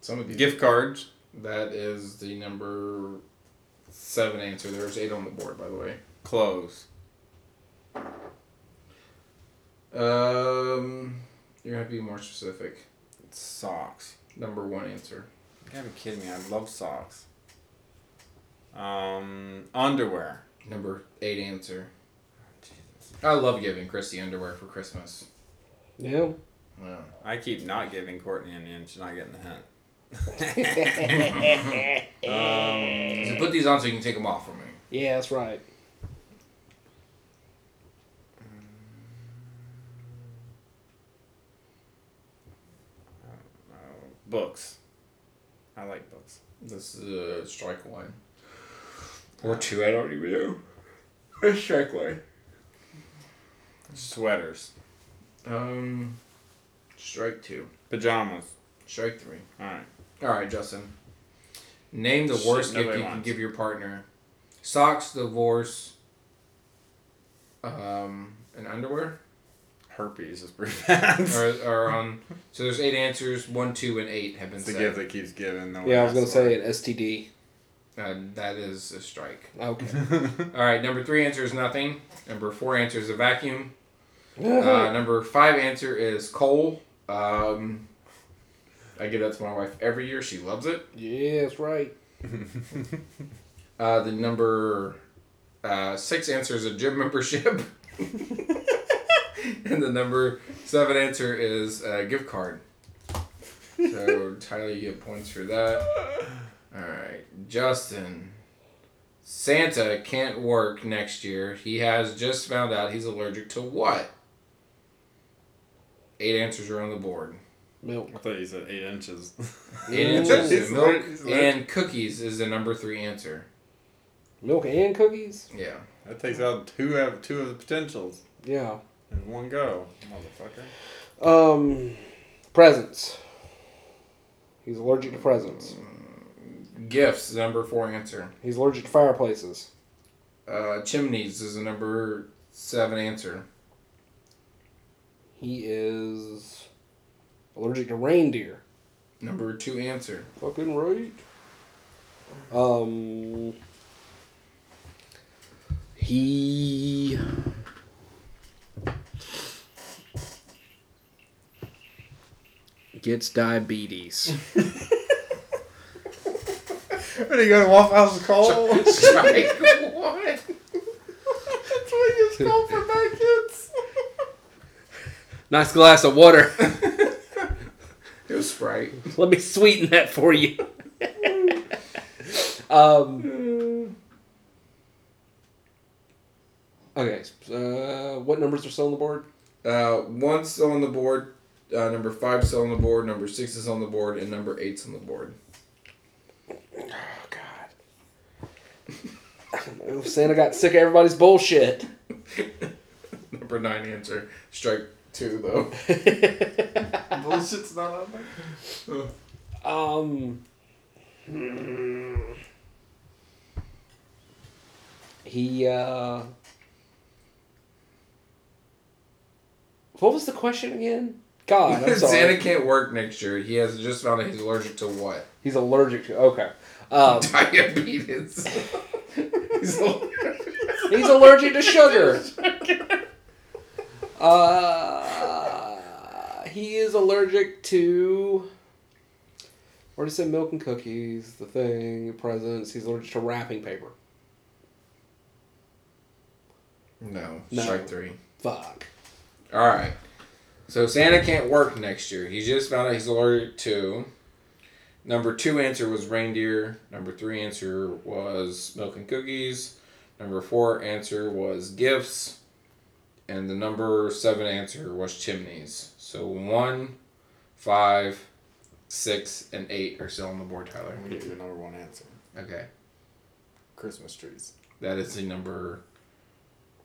C: Some of these.
D: gift cards.
C: That is the number seven answer. There's eight on the board, by the way.
D: Clothes.
C: Um, you're gonna have to be more specific.
D: Socks.
C: Number one answer.
D: You gotta be kidding me. I love socks. Um, underwear.
C: Number eight answer. I love giving Christy underwear for Christmas.
B: Yeah.
C: Wow.
D: I keep not giving Courtney any and she's not getting the hint. um,
C: So put these on so you can take them off for me.
B: yeah, that's right.
D: uh, books. I like books.
C: This is uh, strike one.
D: Uh,
C: Or two, I don't even know. It's strike one.
D: Sweaters.
C: Um, strike two.
D: Pajamas.
C: Strike three.
D: Alright.
C: All right, Justin. Name the
D: Shit
C: worst gift
D: nobody
C: you can
D: wants.
C: give your partner. Socks, divorce, um, and underwear.
D: Herpes is pretty bad.
C: Or, or um, so there's eight answers. One, two, and eight have been
D: it's the
C: said.
D: gift that keeps giving. No one
B: Yeah, I was gonna
D: asks
B: say an STD.
C: Uh, that is a strike.
B: Okay.
D: for it.
C: All right. Number three answer is nothing. Number four answer is a vacuum. Uh,
B: Uh,
C: number five answer is coal. Um, I give that to my wife every year. She loves it.
B: yeah, that's right.
C: Uh, the number uh, six answer is a gym membership. and the number seven answer is a gift card. So Tyler, you get points for that. All right, Justin. Santa can't work next year. He has just found out he's allergic to what? Eight answers are on the board.
B: Milk.
D: I thought you said eight inches.
C: Eight
B: Ooh.
C: answers
D: He's
C: to milk
D: allergic- he's allergic.
C: and cookies is the number three answer.
B: Milk and cookies?
C: Yeah.
D: That takes out two of two of the potentials
B: Yeah.
D: in one go, motherfucker.
B: Um, presents. He's allergic to presents.
C: Gifts, number four answer.
B: He's allergic to fireplaces.
C: Uh, chimneys is the number seven answer.
B: He is allergic to reindeer.
C: Number two answer.
B: Fucking right. Um. He. Gets diabetes.
D: What are you going to Waffle House and call?
C: Strike one.
D: That's what you just call for my kids.
B: nice glass of water.
C: It was Sprite.
B: Let me sweeten that for you. um. Okay. Uh, what numbers are still on the board?
C: Uh, one's still on the board. Uh, number five's still on the board. Number six is on the board, and number eight's on the board.
B: Oh God. Santa got sick of everybody's bullshit.
C: Number nine answer. Strike two though.
D: Bullshit's not on there.
B: um. hmm. He. uh... What was the question again? God, I'm sorry.
C: Santa can't work next year. He has just found out he's allergic to what?
B: He's allergic to. Okay. Um,
C: Diabetes. he's allergic.
B: he's allergic to sugar. Uh, he is allergic to. Already said milk and cookies, the thing, the presents. He's allergic to wrapping paper.
C: No,
B: No.
C: Strike three.
B: Fuck.
C: All right. So Santa can't work next year. He just found out he's allergic to. Number two answer was reindeer. Number three answer was milk and cookies. Number four answer was gifts. And the number seven answer was chimneys. So one, five, six, and eight are still on the board, Tyler.
D: I'm going to give you the number one answer
C: Okay.
D: Christmas trees.
C: That is the number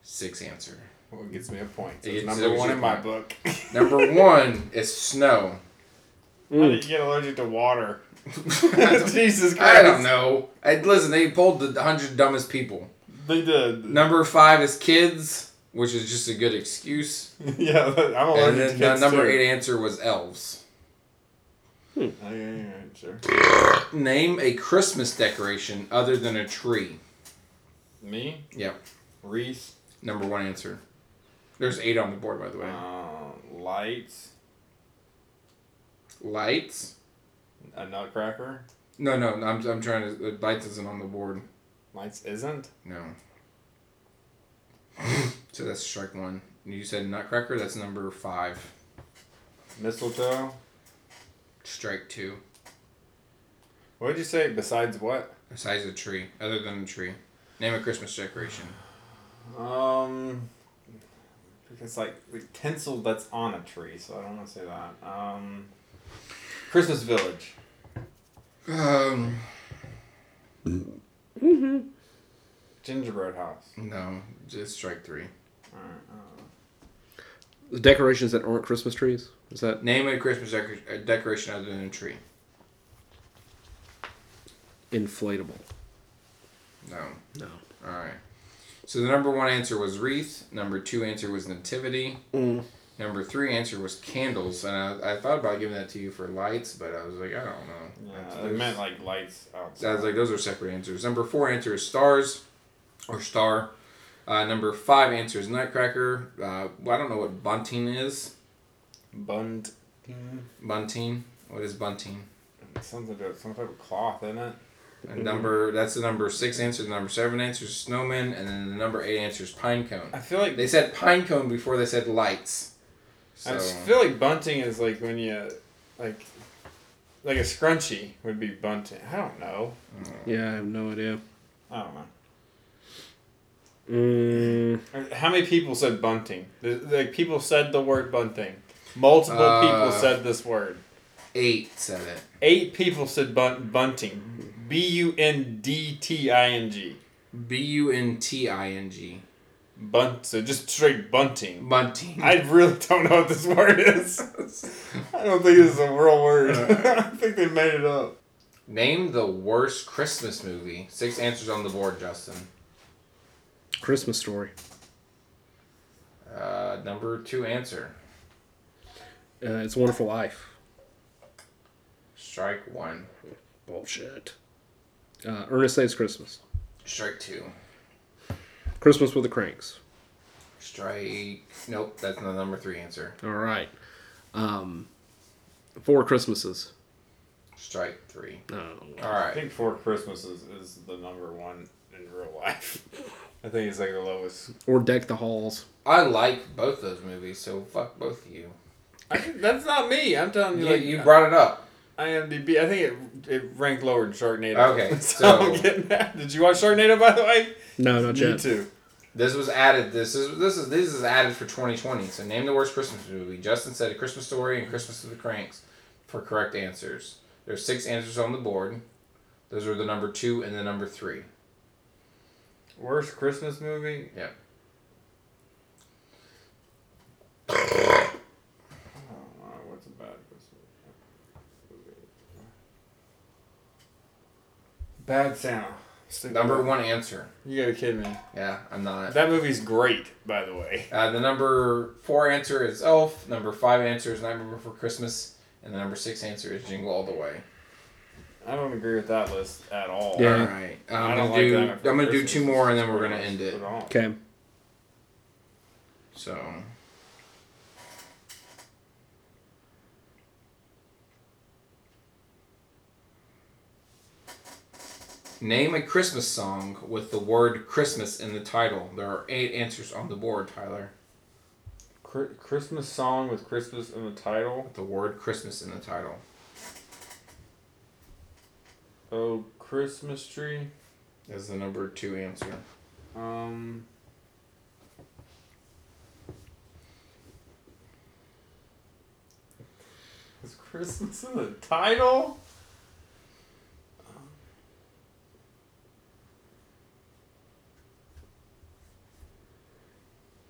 C: six answer.
D: What gets me a point? So
C: It
D: it's
C: gets-
D: number
C: it's
D: one
C: your
D: in my
C: point.
D: book.
C: Number one is snow.
D: How did you get allergic to water? Jesus Christ.
C: I don't know. I, listen, they polled the 100 dumbest people.
D: They did.
C: Number five is kids, which is just a good excuse.
D: yeah, I'm
C: And
D: allergic to
C: then the
D: kids
C: number
D: too.
C: eight answer was elves.
D: Oh, yeah, yeah, yeah, sure.
C: Name a Christmas decoration other than a tree.
D: Me?
C: Yep.
D: Reese?
C: Number one answer. There's eight on the board, by the way.
D: Uh, lights?
C: Lights?
D: A nutcracker?
C: No, no, no, I'm, I'm trying to. Lights isn't on the board.
D: Lights isn't?
C: No. so that's strike one. You said Nutcracker? That's number five.
D: Mistletoe?
C: Strike two.
D: What did you say? Besides what?
C: Besides a tree, other than a tree. Name a Christmas decoration.
D: Um, it's like the tinsel that's on a tree, so I don't want to say that. Um, Christmas Village.
C: Um,
D: Gingerbread House.
C: no, just strike three.
D: Alright, uh,
B: The decorations that aren't Christmas trees? Is that.
C: Name a Christmas decor- uh, decoration other than a tree.
B: inflatable.
C: No.
B: No.
C: All right. So the number one answer was wreath. Number two answer was nativity. Number three answer was candles, and I, I thought about giving that to you for lights, but I was like, I don't know. That's-
D: Yeah, I meant like lights outside.
C: I was like, those are separate answers. Number four answer is stars, or star. Uh, number five answer is nutcracker. Uh, well, I don't know what bunting is.
D: Bund.
C: Bunting. What is bunting?
D: Something to some type of cloth in it.
C: And number that's the number six answer. The number seven answer is snowman, and then the number eight answer is pine cone.
D: I feel like
C: They said pine cone before they said lights. So,
D: I just feel like bunting is like when you like like a scrunchie would be bunting. I don't know.
B: Yeah, I have no idea.
D: I don't know.
B: Mm,
D: How many people said bunting? Th- Like people said the word bunting. Multiple
C: Uh,
D: people said this word.
C: eight said it.
D: Eight people said bun- bunting. B U N D T I N G.
C: B U N T I N G.
D: Bunt. So just straight bunting.
C: Bunting.
D: I really don't know what this word is. I don't think this is a real word. I think they made it up.
C: Name the worst Christmas movie. Six answers on the board, Justin.
B: Christmas story.
C: Uh, number two answer.
B: Uh, it's a Wonderful Life.
C: Strike one.
B: Bullshit. Uh, Ernest Saves Christmas.
C: Strike two.
B: Christmas with the Cranks.
C: Strike. Nope, that's the number three answer.
B: All right. Um, Four Christmases.
C: Strike three.
B: Oh,
C: All
D: I
C: right.
D: think Four Christmases is the number one in real life. I think it's like the lowest.
B: or Deck the Halls.
C: I like both those movies, so fuck both of you.
D: I, that's not me. I'm telling you,
C: You,
D: like
C: you brought it up.
D: IMDb. I think it, it ranked lower than Sharknado.
C: Okay,
D: so,
C: so-
D: I'm getting that. Did you watch Sharknado by the way?
B: No, not
D: Me
B: yet.
D: too.
C: This was added. This is this is this is added for 2020. So name the worst Christmas movie. Justin said A Christmas Story and Christmas with the Cranks for correct answers. There's six answers on the board. Those are the number two and the number three.
D: Worst Christmas movie?
C: Yep.
D: Oh, what's a bad Christmas movie? Bad Santa. Stupid.
C: Number one answer.
D: You gotta kid me.
C: Yeah, I'm not.
D: That movie's great, by the way.
C: Uh, the number four answer is Elf. Number five answer is Nightmare Before Christmas, and the number six answer is Jingle All the Way.
D: I don't agree with that list at all.
B: Yeah.
C: All right,
D: I
C: I'm
D: don't
C: gonna
D: like
C: do.
D: that
C: I'm gonna do
D: Christmas.
C: two more, and then we're gonna end it.
D: Put on.
B: Okay.
C: So. Name a Christmas song with the word Christmas in the title. There are eight answers on the board, Tyler.
D: Chri- Christmas song with Christmas in the title.
C: With the word Christmas in the title.
D: Oh, Christmas tree.
C: Is the number two answer.
D: Um. Is Christmas in the title?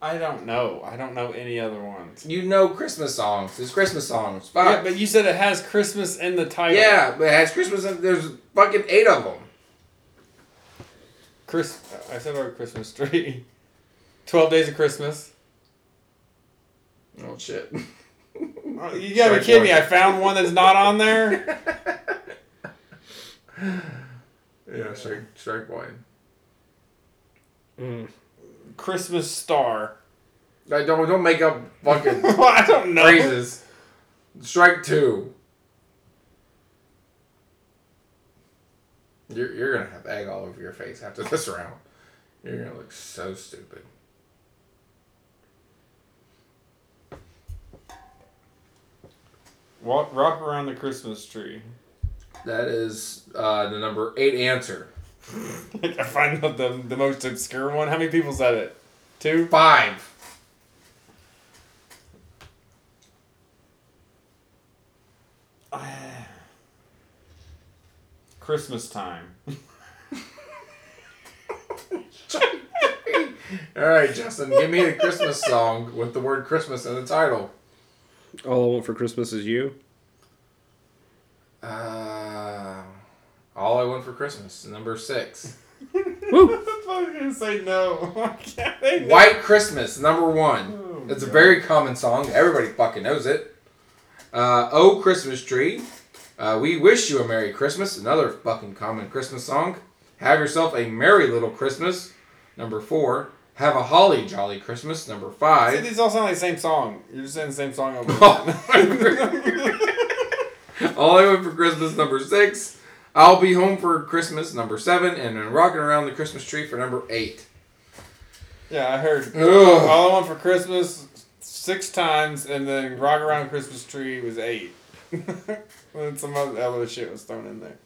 D: I don't know. I don't know any other ones.
C: You know Christmas songs. There's Christmas songs. Fuck.
D: Yeah, but you said it has Christmas in the title.
C: yeah, but it has Christmas in There's fucking eight of them.
D: Chris, I said our Christmas tree. Twelve Days of Christmas.
C: Oh, shit.
D: You gotta be kidding me! I found one that's not on there.
C: Yeah, strike, strike one.
B: Mm.
D: Christmas Star.
C: I don't, don't make up fucking
D: I don't know.
C: phrases. Strike two. You're, you're gonna have egg all over your face after this round. You're gonna look so stupid.
D: Walk, wrap around the Christmas tree.
C: That is uh, the number eight answer.
D: I find out the the most obscure one. How many people said it? Two.
C: Five.
D: Christmas time.
C: All right, Justin, give me a Christmas song with the word Christmas in the title.
B: All I Want for Christmas is You.
C: Uh, all I want for Christmas, number six.
B: Woo!
D: I was gonna say no. Why?
C: White Christmas, number one.
D: Oh,
C: It's a
D: God.
C: very common song. Everybody fucking knows it. Uh, oh Christmas Tree, uh, we wish you a Merry Christmas. Another fucking common Christmas song. Have yourself a merry little Christmas, number four. Have a holly jolly Christmas, number
D: See,
C: five.
D: these all sound like the same song. You're just saying the same song over.
C: All I want for Christmas, number six. I'll be home for Christmas, number seven, and then rocking around the Christmas tree for number eight.
D: yeah, I heard.
C: Ugh.
D: All I want for Christmas six times, and then rock around Christmas tree was eight. and some other other shit was thrown in there.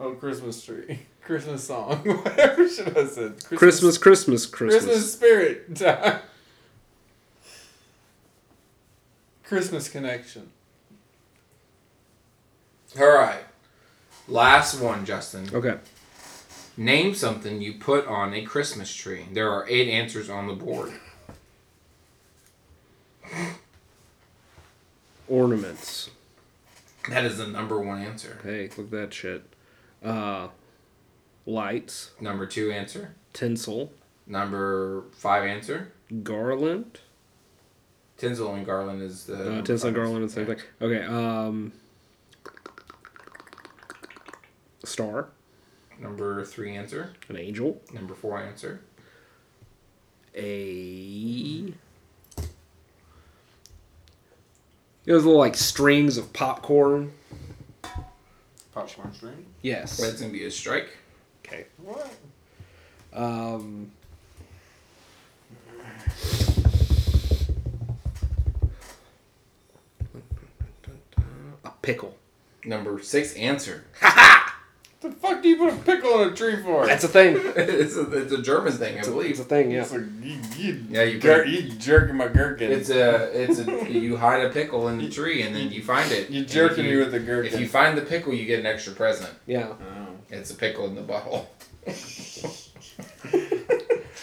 D: Oh, Christmas tree, Christmas song, whatever should I said.
B: Christmas, Christmas, Christmas.
D: Christmas spirit time. Christmas connection.
C: All right. Last one, Justin.
B: Okay.
C: Name something you put on a Christmas tree. There are eight answers on the board.
B: Ornaments.
C: That is the number one answer.
B: Hey, look at that shit. Uh, lights,
C: Number two answer.
B: tinsel,
C: Number five answer.
B: garland.
C: Tinsel and garland is the.
B: Uh,
C: number
B: tinsel,
C: five
B: garland, and
C: answer.
B: same thing. Okay. Um, star,
C: Number three answer.
B: an angel,
C: Number four answer.
B: a. It was little like strings of popcorn.
D: Popcorn stream.
B: Yes.
C: That's gonna be a strike.
B: Okay.
D: What?
B: Um, a pickle.
C: Number six answer.
D: The fuck do you put a pickle on a tree for?
B: That's a thing.
C: it's, a, it's a German thing, I
B: It's
C: believe.
B: a thing. Yeah.
D: It's like, you, you,
C: Yeah, you
D: jer-
C: put-
D: you jerking my gherkin.
C: It's a. It's a. You hide a pickle in the tree and then you find it.
D: you
C: And if
D: jerking
C: you-
D: me with a gherkin.
C: If you find the pickle, you get an extra present.
B: Yeah.
C: It's a pickle in the bottle.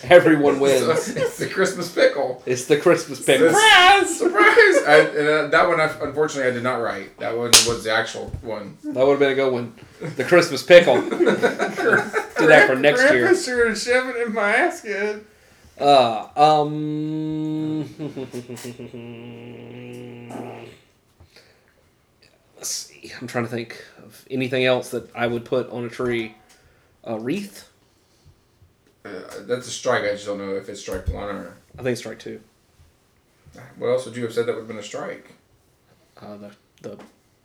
B: Everyone wins.
C: It's, the Christmas pickle.
B: It's the Christmas pickle.
D: Surprise!
C: Surprise! I, uh, that one, I, unfortunately, I did not write. That one was the actual one.
B: That would have been a good one. The Christmas pickle. Do that for next year.
D: Grandpa's sure to shove it in my ass kid.
B: Uh, um. Let's see. I'm trying to think of anything else that I would put on a tree. A wreath.
C: Uh, that's a strike. I just don't know if it's strike one or.
B: I think strike two.
C: What else would you have said that would have been a strike?
B: Uh, the the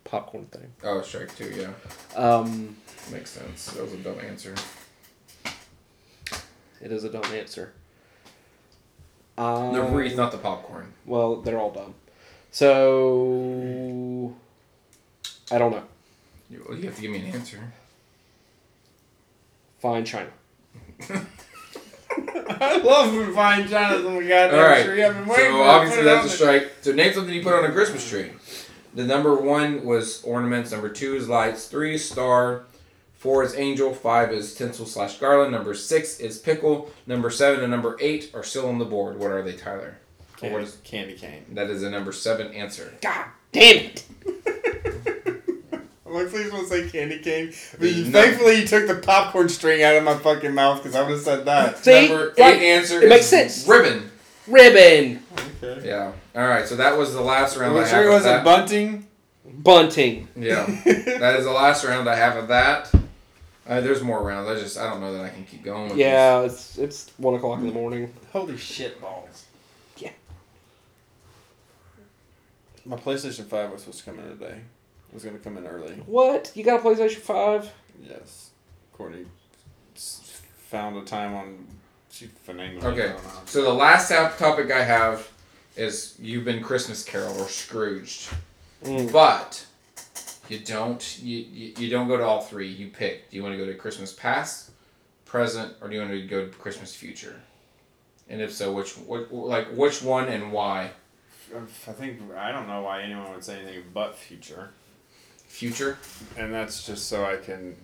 B: popcorn thing.
C: Oh, strike two, yeah.
B: Um,
C: Makes sense. That was a dumb answer.
B: it is a dumb answer. Um,
C: the wreath, not the popcorn.
B: Well, they're all dumb. So I don't know.
C: You, you have to give me an answer.
B: Fine, China.
D: I love when Fine China's on the goddamn
C: Alright.
D: tree. I've been waiting
C: So
D: for
C: obviously
D: it.
C: that's a
D: Put it on
C: strike. So name something you put on a Christmas tree. The number one was ornaments. Number two is lights. Three is star. Four is angel. Five is tinsel slash garland. Number six is pickle. Number seven and number eight are still on the board. What are they, Tyler?
D: the-
C: Or what is,
D: candy cane?
C: that is a number seven answer.
B: God damn it!
D: I'm like, please don't say candy cane. But you,
C: No.
D: thankfully, you took the popcorn string out of my fucking mouth because I would have said that.
B: See,
C: number
B: Right.
C: eight answer
B: It
C: is
B: makes sense.
C: ribbon.
B: Ribbon,
D: Okay.
C: Yeah. All right. So that was the last round. I
D: I'm sure
C: have
D: it
C: of that.
D: wasn't bunting.
B: bunting.
C: yeah. that is the last round I have of that. Uh, there's more rounds. I just I don't know that I can keep going. With this.
B: Yeah, it's it's one o'clock in the morning.
D: Holy shit balls.
B: Yeah.
D: My PlayStation 5 was supposed to come in today. It was going to come in early.
B: What? You got a PlayStation Five?
D: Yes. Courtney s- found a time on. She finagled it. I
C: Okay,
D: don't know.
C: so the last top topic I have is you've been Christmas Carol or Scrooged,
B: Mm.
C: but you don't you, you, you don't go to all three. You pick. Do you want to go to Christmas past, present, or do you want to go to Christmas future? And if so, which what like which one and why?
D: I think I don't know why anyone would say anything but future,
C: Future.
D: and that's just so I can.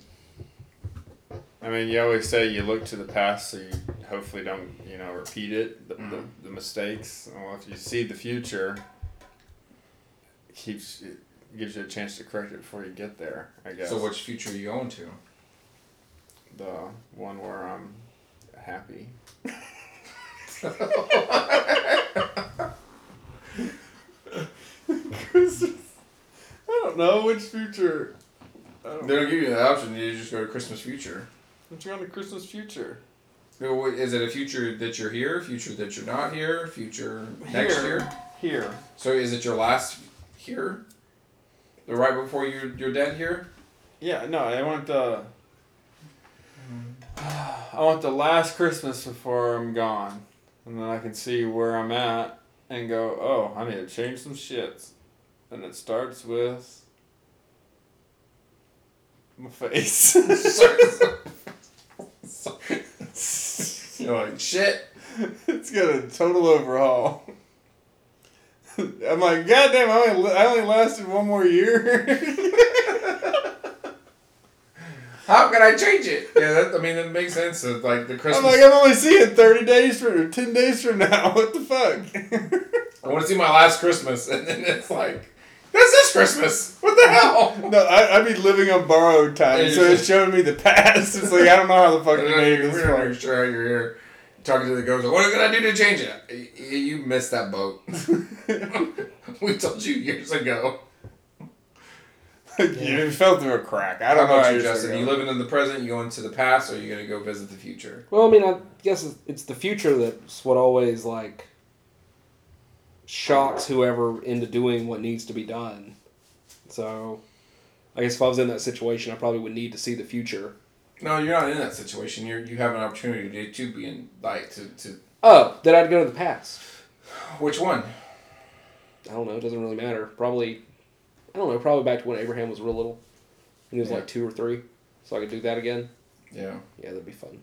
D: I mean, you always say you look to the past, so you hopefully don't, you know, repeat it, the,
C: Mhm.
D: the, the mistakes. Well, if you see the future, it keeps it, gives you a chance to correct it before you get there. I guess.
C: So which future are you going to?
D: the one where um, I'm happy. Christmas. I don't know which future. I don't
C: They don't give you the option. You just go to Christmas future.
D: What's around the Christmas future?
C: No, wait, Is it a future that you're here? Future that you're not here? Future next
D: Here.
C: year?
D: Here.
C: So is it your last here? The right before you you're dead here?
D: Yeah, no, I want the. I want the last Christmas before I'm gone, and then I can see where I'm at and go, oh, I need to change some shits, and it starts with. My face.
C: You're like shit.
D: it's got a total overhaul. I'm like, goddamn! I only I only lasted one more year.
C: How can I change it? Yeah, that, I mean that makes sense. It's like the Christmas.
D: I'm like, I'm only seeing 30 days from, or 10 days from now. What the fuck?
C: I want to see my last Christmas, and then it's like, this is Christmas. What the hell?
D: no, I, I'd be living on borrowed time,
C: Yeah,
D: so
C: you
D: it's
C: should.
D: showing me the past. It's like, I don't know how the fuck
C: We're
D: you
C: not
D: made it
C: even
D: this
C: we're not
D: far.
C: even sure how you're here. Talking to the girls, like, what did I do to change it? Y- y- You missed that boat. we told you years ago.
D: You fell through a crack. I
C: How
D: don't know
C: about
D: how
C: you,
D: you
C: Justin? You living in the present? You going to the past, or are you gonna go visit the future?
B: Well, I mean, I guess it's- it's the future that's what always like shocks whoever into doing what needs to be done. So, I guess if I was in that situation, I probably would need to see the future.
C: No, you're not in that situation. You you have an opportunity to, to be in like to, to
B: Oh, then I'd go to the past.
C: which one?
B: I don't know. It doesn't really matter. Probably, I don't know. Probably back to when Abraham was real little. He was
C: Yeah.
B: like two or three, so I could do that again.
C: Yeah,
B: Yeah, that'd be fun.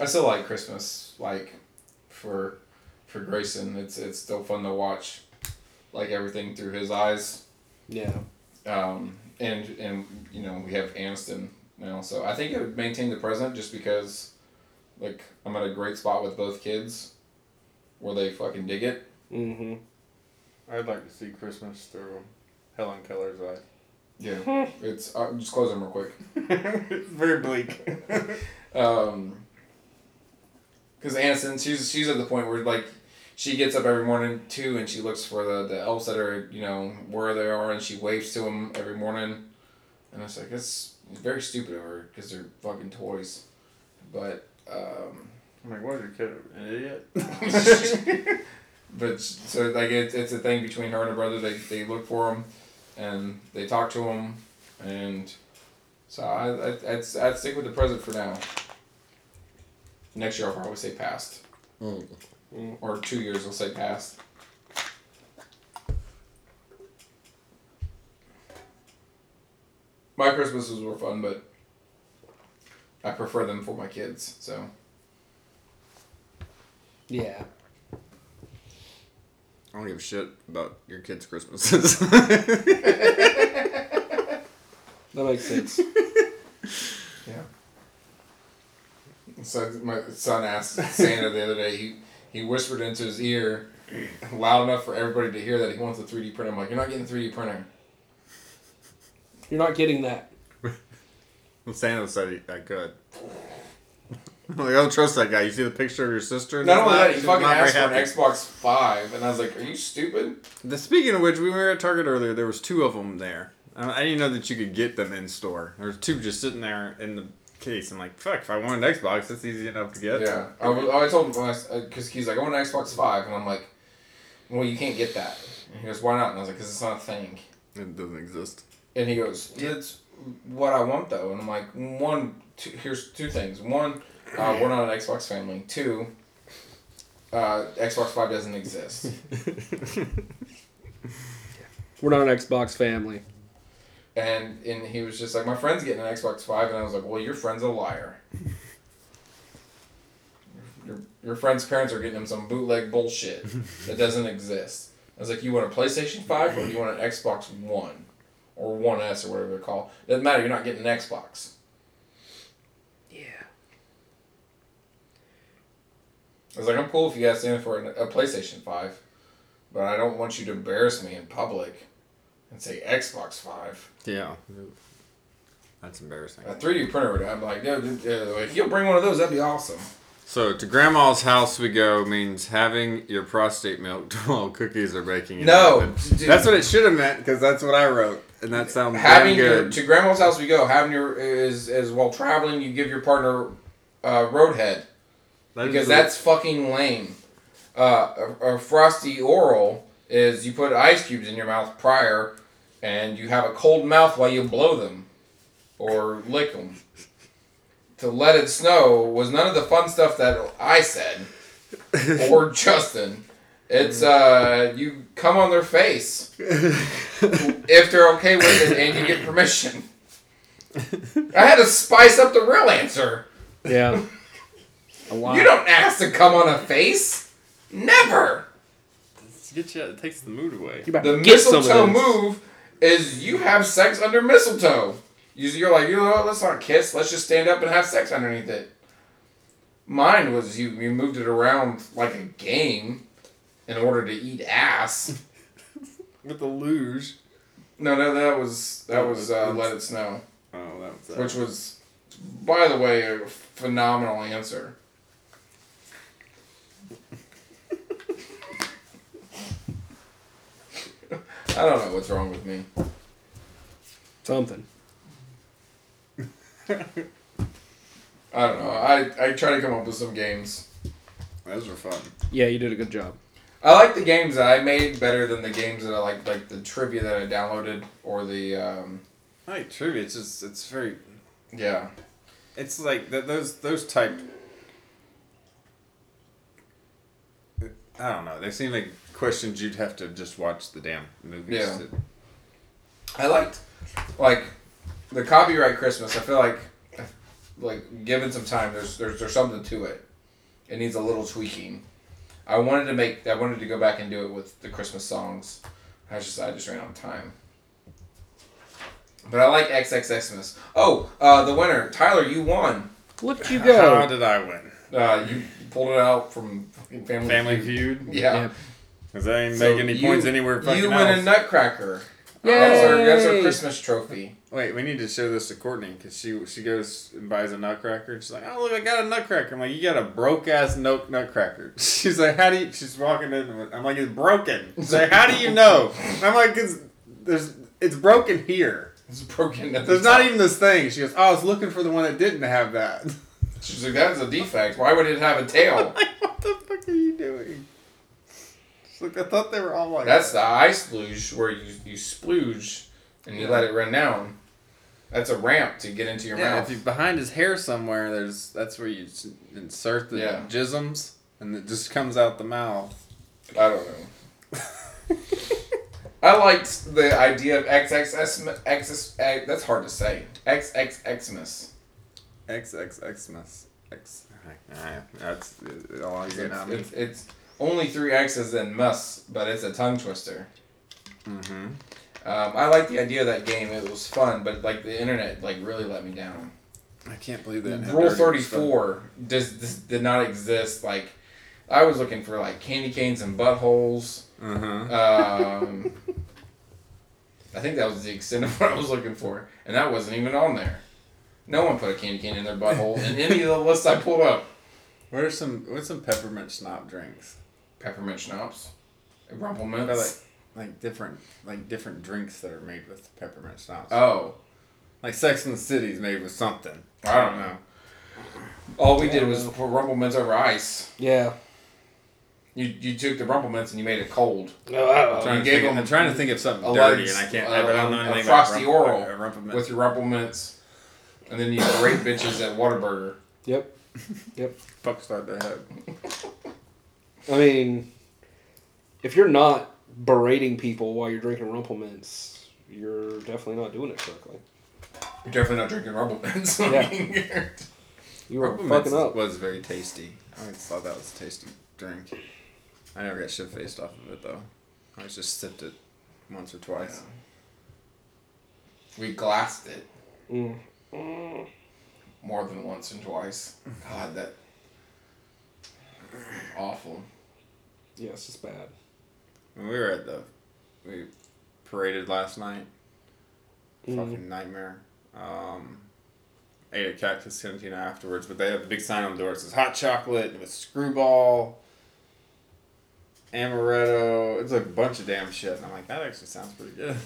C: I still like Christmas. Like for for Grayson, it's it's still fun to watch. Like everything through his eyes.
B: Yeah.
C: um, and and you know we have Aniston now, so I think it would maintain the present just because, like, I'm at a great spot with both kids, where they fucking dig it.
B: Mm-hmm.
D: I'd like to see Christmas through Helen Keller's eyes.
C: Yeah, it's uh, just close them real quick.
D: it's very bleak.
C: Um, because Aniston, she's she's at the point where like. She gets up every morning too, and she looks for the, the elves that are you know where they are, and she waves to them every morning, and it's like it's very stupid of her because they're fucking toys, but um,
D: I'm like, what is your kid? An idiot?
C: But s- so like it's it's a thing between her and her brother. They they look for him, and they talk to him, and so I I I'd, I'd stick with the present for now. Next year I'll probably say past, or two years I'll say past. My Christmases were fun, but I prefer them for my kids. So
B: Yeah.
E: I don't give a shit about your kids' Christmases.
B: That makes sense.
C: So my son asked Santa the other day. He he whispered into his ear, loud enough for everybody to hear that he wants a three D printer. I'm like, you're not getting a three D printer.
B: You're not getting that.
E: Santa said I could. I'm like, I don't trust that guy. You see the picture of your sister?
C: Not only that, he
E: She's
C: fucking
E: not very
C: asked for an
E: happy.
C: Xbox Five, and I was like, are you stupid?
E: The, speaking of which, we were at Target earlier. There was two of them there. I, I didn't know that you could get them in store. There was two just sitting there in the case. I'm like, fuck. If I want an Xbox, that's easy enough to get.
C: Yeah. I, was, I told him because he's like, I want an Xbox Five, and I'm like, well, you can't get that. And he goes, why not? And I was like, because it's not a thing.
E: It doesn't exist.
C: And he goes, "That's what I want, though." And I'm like, "One, two, here's two things. One, uh, we're not an Xbox family. Two, uh, Xbox Five doesn't exist."
B: We're not an Xbox family.
C: and and he was just like, "My friend's getting an Xbox Five," and I was like, "Well, your friend's a liar. Your, your friend's parents are getting him some bootleg bullshit that doesn't exist." I was like, "You want a PlayStation Five or do you want an Xbox One or One S or whatever they're called? Doesn't matter. You're not getting an Xbox."
B: Yeah.
C: I was like, I'm cool if you ask Santa for an- a PlayStation 5, but I don't want you to embarrass me in public and say Xbox Five.
E: Yeah. That's embarrassing.
C: A 3D printer would. I'm like, no, dude, uh, if you'll bring one of those, that'd be awesome.
E: So to grandma's house we go means having your prostate milked while cookies are baking. in
C: No,
E: the oven.
C: dude.
E: that's what it should have meant because that's what I wrote, and that sounds
C: Having
E: damn
C: your,
E: good.
C: to grandma's house we go. Having your is as while traveling, you give your partner uh, roadhead
E: That is
C: because
E: the-
C: that's fucking lame. Uh, a, a frosty oral is you put ice cubes in your mouth prior, and you have a cold mouth while you blow them, or lick them. To let it snow was none of the fun stuff that I said or Justin. It's uh, you come on their face if they're okay with it, and you get permission. I had to spice up the real answer.
B: Yeah. A lot.
C: You don't ask to come on a face. Never.
E: Get you- it takes the mood away.
B: You about
C: The
B: to get some of
C: mistletoe
B: this.
C: move is you have sex under mistletoe. You- You're like, you know what? Let's not kiss. Let's just stand up and have sex underneath it. Mine was you. You moved it around like a game in order to eat ass.
E: With the luge.
C: No, no, that was that was uh, let it snow,
E: Oh, that was that.
C: which was, by the way, a phenomenal answer. I don't know what's wrong with me.
B: Something.
C: I don't know. I, I try to come up with some games.
E: Those were fun.
B: Yeah, you did a good job.
C: I like the games that I made better than the games that I like, like the trivia that I downloaded or the um,
E: I like trivia. It's just it's very.
C: yeah.
E: It's like th- those those type. I don't know. They seem like questions you'd have to just watch the damn movies.
C: Yeah.
E: to-
C: I liked like the copyright Christmas. I feel like like given some time, there's there's there's something to it. It needs a little tweaking. I wanted to make I wanted to go back and do it with the Christmas songs. I just I just ran out of time. But I like XXXmas. Oh, uh, the winner, Tyler, you won.
B: Look you
E: How
B: go.
E: did I win?
C: Uh, you pulled it out from fucking Family,
E: Family
C: Feud.
E: Feud.
C: Yeah.
B: Yep.
E: Because I didn't
C: So
E: make any
C: you-
E: points anywhere fucking
C: You win
E: else.
C: a Nutcracker. That's our, that's our
B: Yay.
C: Christmas trophy.
E: Wait, we need to show this to Courtney because she she goes and buys a nutcracker. And she's like, "Oh look, I got a nutcracker." I'm like, "You got a broke ass no- nutcracker." She's like, "How do you?" She's walking in. and I'm like, "It's broken." She's like, "How do you know?" I'm like, "Cause there's it's broken here.
C: It's broken. At the
E: There's not
C: top.
E: even this thing." She goes, "Oh, I was looking for the one that didn't have that."
C: She's like, that's a defect. Why would it have a tail?
E: like, what the fuck are you doing? She's like, "I thought they were all like
C: That's
E: that."
C: the ice luge where you, you splooge and you let it run down. That's a ramp to get into your
E: Yeah, if
C: mouth.
E: you behind his hair somewhere, there's that's where you s- insert the
C: Yeah.
E: jisms, and it just comes out the mouth.
C: I don't know. I liked the idea of XXX. XS, uh, that's hard to say. XXXmas.
E: XXXmas. X. Alright, That's all I'm getting
C: It's,
E: out of
C: it's, it's only three X's and must, but it's a tongue twister.
E: Mm-hmm.
C: Um, I like the idea of that game. It was fun, but like the internet, like really let me down.
E: I can't believe that. had
C: Rule
E: dirty
C: thirty four does this did not exist. Like I was looking for like candy canes and buttholes.
E: stuff. Uh-huh.
C: Um, I think that was the extent of what I was looking for, and that wasn't even on there. No one put a candy cane in their butthole in any of the lists I pulled up.
E: What are some what's some peppermint snot drinks?
C: Peppermint schnapps,
E: What about, like
C: rumplements.
E: like different like different drinks that are made with peppermint schnapps?
C: Oh,
E: Like Sex and the City is made with something.
C: I don't know. All we did was put rumplements over ice.
B: Yeah.
C: You you took the rumplements and you made it cold.
E: I'm
C: Oh, You
E: trying, to
C: gave
E: think, I'm
C: them
E: trying to think of something
C: a
E: dirty,
C: legs-
E: and I can't.
C: a-
E: I don't know
C: a
E: anything
C: frosty
E: about
C: oral
E: rump, uh, rumplemint.
C: with your rumplements, and then you rape bitches at Whataburger.
B: Yep. Yep.
E: fuck start to have.
B: I mean, if you're not berating people while you're drinking rumplements, you're definitely not doing it correctly.
C: You're definitely not drinking rumplements.
B: Yeah. You are fucking
E: Rumplemintz
B: up.
E: was very tasty. I always thought that was a tasty drink. I never got shit faced off of it though. I always just sipped it once or twice.
C: we glassed it
B: Mm.
C: more than once and twice. God, that awful.
B: Yes, it's bad.
E: When we were at the we paraded last night.
B: Mm.
E: Fucking nightmare. Um, ate a cactus cantina afterwards, but they have a big sign on the door. It says hot chocolate with screwball, amaretto. It's a bunch of damn shit. And I'm like, that actually sounds pretty good.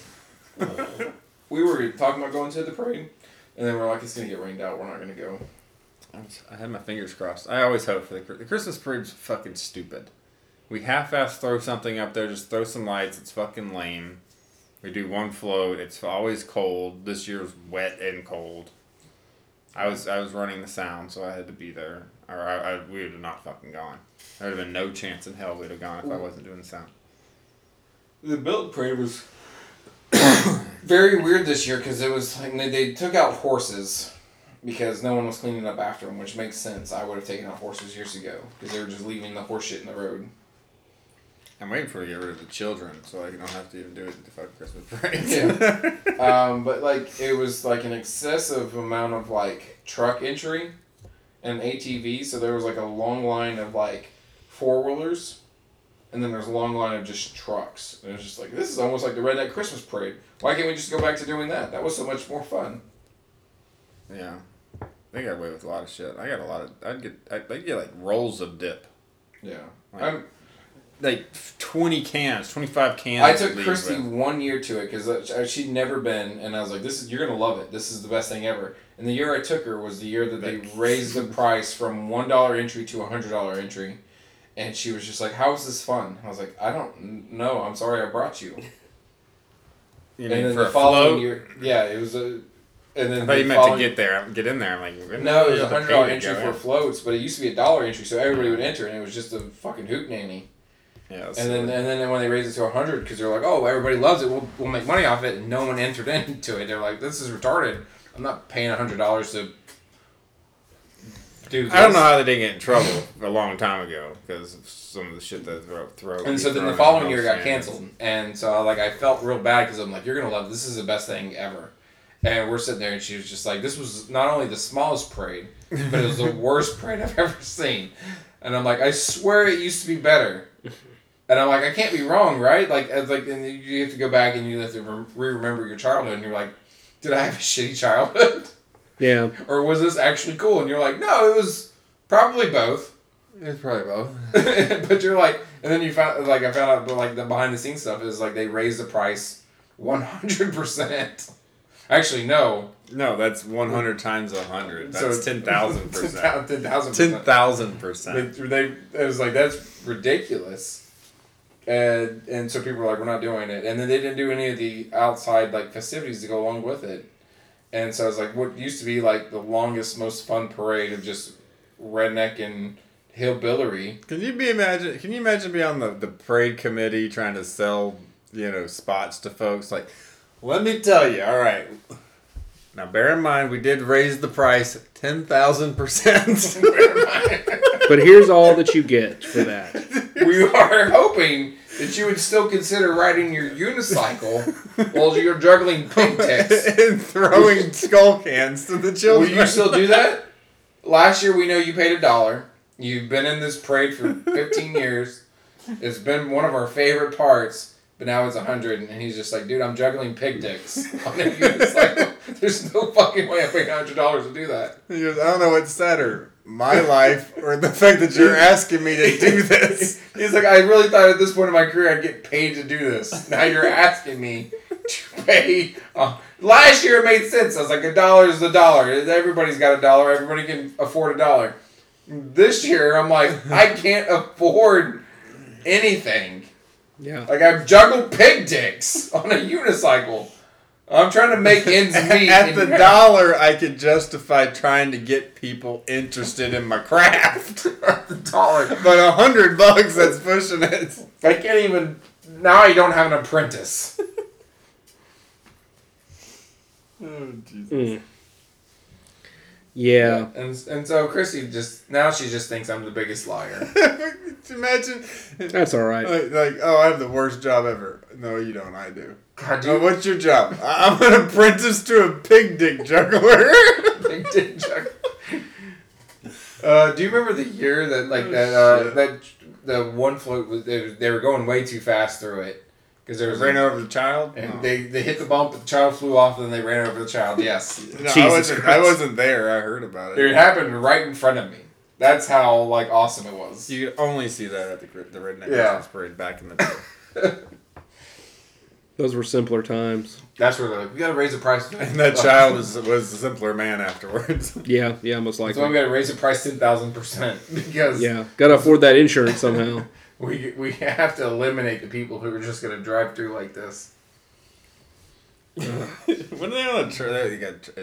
C: We were talking about going to the parade, and then we're like, it's gonna get rained out. We're not gonna go.
E: I was- I had my fingers crossed. I always hope for the, Chri- the Christmas parade's fucking stupid. We half-ass throw something up there, just throw some lights. It's fucking lame. We do one float. It's always cold. This year's wet and cold. I was I was running the sound, so I had to be there, or I, I we would have not fucking gone. There would have been no chance in hell we'd have gone if I wasn't doing the sound.
C: The built parade was very weird this year because it was like they- they took out horses because no one was cleaning up after them, which makes sense. I would have taken out horses years ago because they were just leaving the horse shit in the road.
E: I'm waiting for to get rid of the children, so I don't have to even do it at the fucking Christmas parade.
C: Yeah. um, but like it was like an excessive amount of like truck entry and ATV, so there was like a long line of like four wheelers, and then there's a long line of just trucks. And it's just like this is almost like the redneck Christmas parade. Why can't we just go back to doing that? That was so much more fun.
E: Yeah, they got away with a lot of shit. I got a lot of. I'd get. I, I'd get like rolls of dip,
C: Yeah.
E: Like-
C: I'm,
E: like twenty cans, twenty five cans.
C: I took
E: at least,
C: Christy
E: but-
C: one year to it because she'd never been, and I was like, "This is you're gonna love it. This is the best thing ever." And the year I took her was the year that they
E: Like-
C: raised the price from one dollar entry to a hundred dollar entry, and she was just like, "How is this fun?" I was like, "I don't n- know. I'm sorry I brought you."
E: You
C: And
E: mean
C: then
E: for
C: the
E: a float?
C: following year, yeah, it was a. And then
E: I thought
C: the
E: you meant to
C: following-
E: get there, get in there. I'm like, we're
C: No, it was
E: not
C: a
E: gonna
C: hundred dollar
E: pay to
C: entry
E: go
C: for
E: in.
C: floats, but it used to be a dollar entry, so everybody would enter, and it was just a fucking hoot nanny.
E: Yeah, that's-
C: And then and then when they raise it to 100, because they're like, oh, everybody loves it, we'll, we'll make money off it, and no one entered into it. They're like, this is retarded. I'm not paying $100 to do this.
E: I don't know how they didn't get in trouble a long time ago because of some of the shit that throw. throw
C: And so then
E: thrown
C: the
E: in
C: following year
E: house
C: got
E: cans.
C: canceled, and so I, like I felt real bad because I'm like, you're gonna love it. this is the best thing ever, and we're sitting there and she was just like, this was not only the smallest parade, but it was the worst parade I've ever seen, and I'm like, I swear it used to be better, and I'm like, I can't be wrong, right? Like, I was like, and you have to go back and you have to re remember your childhood, and you're like, did I have a shitty childhood,
B: Yeah.
C: or was this actually cool? And you're like, no, it was probably both.
E: It's probably both.
C: but you're like, and then you found like I found out the like the behind the scenes stuff is like they raised the price one hundred percent. Actually, no,
E: No, that's one hundred times a hundred.
C: So-
E: That's ten thousand percent.
C: ten thousand
E: Ten
C: percent.
E: thousand
C: They,
E: percent.
C: they it was like that's ridiculous, and and so people were like, we're not doing it, and then they didn't do any of the outside like festivities to go along with it, and so I was like, what used to be like the longest, most fun parade of just redneck and hillbilly.
E: Can you be imagine? Can you imagine being on the, the parade committee trying to sell you know spots to folks? Like, let me tell you. All right. Now, bear in mind, we did raise the price ten thousand percent.
B: But here's all that you get for that.
C: we are hoping that you would still consider riding your unicycle while you're juggling pigtails.
E: And throwing skull cans to the
C: Will
E: children.
C: you still do that? Last year, we know you paid a dollar. You've been in this parade for 15 years. It's been one of our favorite parts, but now it's 100, and he's just like, dude, I'm juggling pig dicks on a unicycle. There's no fucking way I'm paying $100 to do that.
E: He goes, I don't know what's sadder, my life or the fact that you're asking me to do this.
C: He's like, I really thought at this point in my career I'd get paid to do this. Now you're asking me to pay. Uh, last year it made sense. I was like, a dollar is a dollar. Everybody's got a dollar. Everybody can afford a dollar. This year I'm like, I can't afford anything.
B: Yeah.
C: Like I've juggled pig dicks on a unicycle. I'm trying to make ends meet.
E: At
C: and
E: the
C: you're-
E: dollar, I could justify trying to get people interested in my craft.
C: at the dollar.
E: But a hundred bucks, that's pushing it.
C: I can't even. Now I don't have an apprentice.
E: Oh, Jesus.
B: Mm. Yeah.
C: And and so Chrissy just now she just thinks I'm the biggest liar.
E: Imagine,
B: That's all right.
E: like, like, oh, I have the worst job ever. No, you don't. I do.
C: God, do
E: No,
C: you
E: what's your job? I- I'm an apprentice to a pig dick juggler.
C: Big dick joke. Uh, do you remember the year that like that uh, that
E: shit.
C: the one float was they, they were going way too fast through it, Because there was
E: Ran over the child.
C: and
E: No.
C: they, they hit the bump, the child flew off, and then they ran over the child. Yes.
E: No, I
B: Jesus
E: wasn't. I
B: Christ.
E: wasn't there. I heard about
C: it
E: it.
C: happened right in front of me. That's how like awesome it was.
E: You could only see that at the gr- the redneck
C: Yeah.
E: Christmas parade back in the day.
B: Those were simpler times.
C: That's where they're like, we gotta raise the price.
E: and that child was was a simpler man afterwards.
B: Yeah, yeah, most
C: That's why
B: likely.
C: we gotta raise the price ten thousand percent because
B: Yeah, gotta afford that insurance somehow.
C: we we have to eliminate the people who are just gonna drive through like this.
E: when they on a tra- they got tr- uh,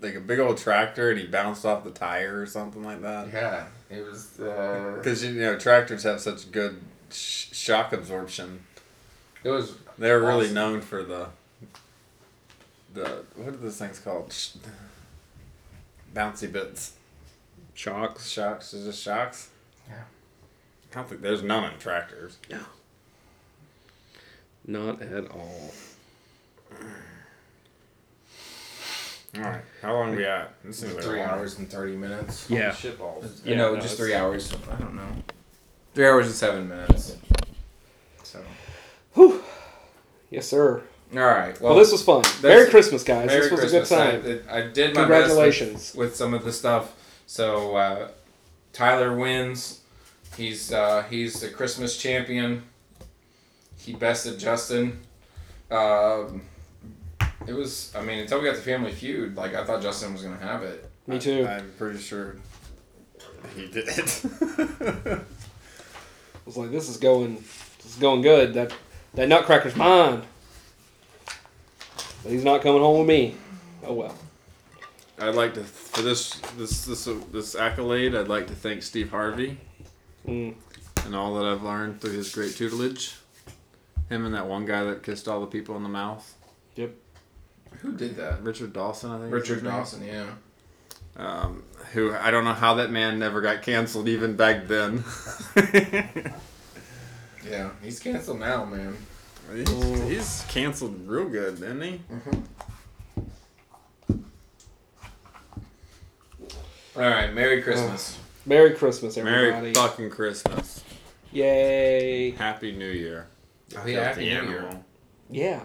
E: like a big old tractor and he bounced off the tire or something like that.
C: Yeah, it was. Uh,
E: Because you know tractors have such good sh- shock absorption.
C: it was
E: They're really
C: Awesome.
E: known for the the what are those things called? Sh- bouncy bits,
B: Shocks.
E: shocks. Is it shocks?
C: Yeah.
E: I don't think there's none on tractors.
B: Not at all.
E: All right, how long are we at? This seems like a
C: three
E: long-
C: hours and thirty minutes.
B: Yeah.
E: Shitballs.
C: You
B: Yeah,
C: know,
B: no,
C: just
B: it's-
C: three hours. I don't know. Three hours and seven minutes. So,
B: Yes, sir.
C: all right. Well,
B: Well, this was fun. Merry Christmas, guys.
C: Merry
B: this was
C: Christmas.
B: a good time.
C: I, I did my
B: Congratulations.
C: best with, with some of the stuff. So uh, Tyler wins. He's uh, he's the Christmas champion. He bested Justin. Um, it was. I mean, until we got the Family Feud, like I thought Justin was gonna have it.
B: Me too. I,
E: I'm pretty sure he did it.
B: was like, this is going, this is going good. That that Nutcracker's mine. But he's not coming home with me. Oh well.
E: I'd like to for this this this this accolade. I'd like to thank Steve Harvey
B: Mm.
E: and all that I've learned through his great tutelage. Him and that one guy that kissed all the people in the mouth,
C: Who did that?
E: Richard Dawson, I think. is
C: Richard
E: his name.
C: Dawson. Yeah.
E: Um, who I don't know how that man never got canceled even back then.
C: Yeah. He's canceled now, man.
E: he's, he's canceled real good, isn't he?
C: All right. Merry Christmas.
B: Merry Christmas, everybody.
E: Merry fucking Christmas.
B: Yay.
E: Happy New Year.
C: Oh, yeah. Happy
E: Filthy
C: New Year.
E: animal.
B: Yeah.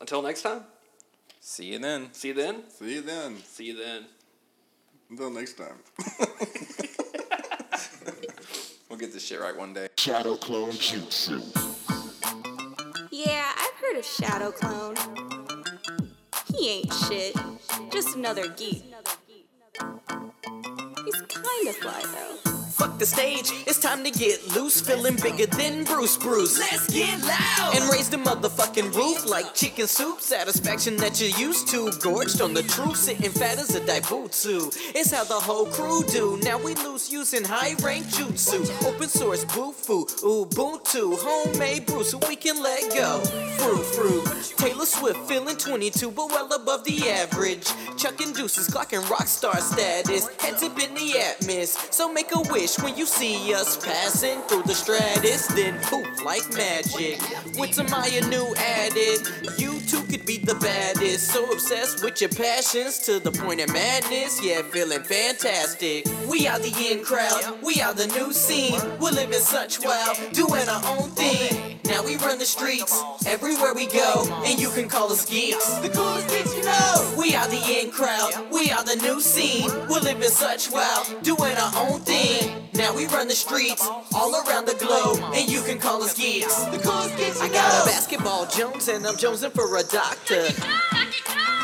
B: Until next time.
A: See you then.
B: See you then.
E: See you then.
B: See you then.
E: Until next time.
A: We'll get this shit right one day.
F: Shadow Clone Jutsu.
G: Yeah, I've heard of Shadow Clone. He ain't shit. Just another geek. He's kinda fly though.
H: Fuck the stage, it's time to get loose, feeling bigger than Bruce Bruce. Let's get loud and raise the motherfucking roof like chicken soup. Satisfaction that you're used to, gorged on the truth, sitting fat as a daibutsu. It's how the whole crew do. Now we loose using high rank jutsu, open source bufu, ubuntu, homemade Bruce, who we can let go. Fruit, fruit. Taylor Swift feeling 22, but well above the average. Chucking deuces, clocking rock star status. Heads up in the atmos. So make a wish when you see us passing through the stratus. Then poof like magic. With Tamaya new added, you too could be the baddest. So obsessed with your passions to the point of madness. Yeah, feeling fantastic. We are the in crowd. We are the new scene. We're living such well, doing our own thing. Now we run the streets everywhere we go, and you can call us geeks. The coolest kids you know. We are the in crowd. We are the new scene. We're living such well, doing our own thing. Now we run the streets all around the globe, and you can call us geeks. The coolest kids you know. I got a basketball Jones, and I'm jonesing for a doctor.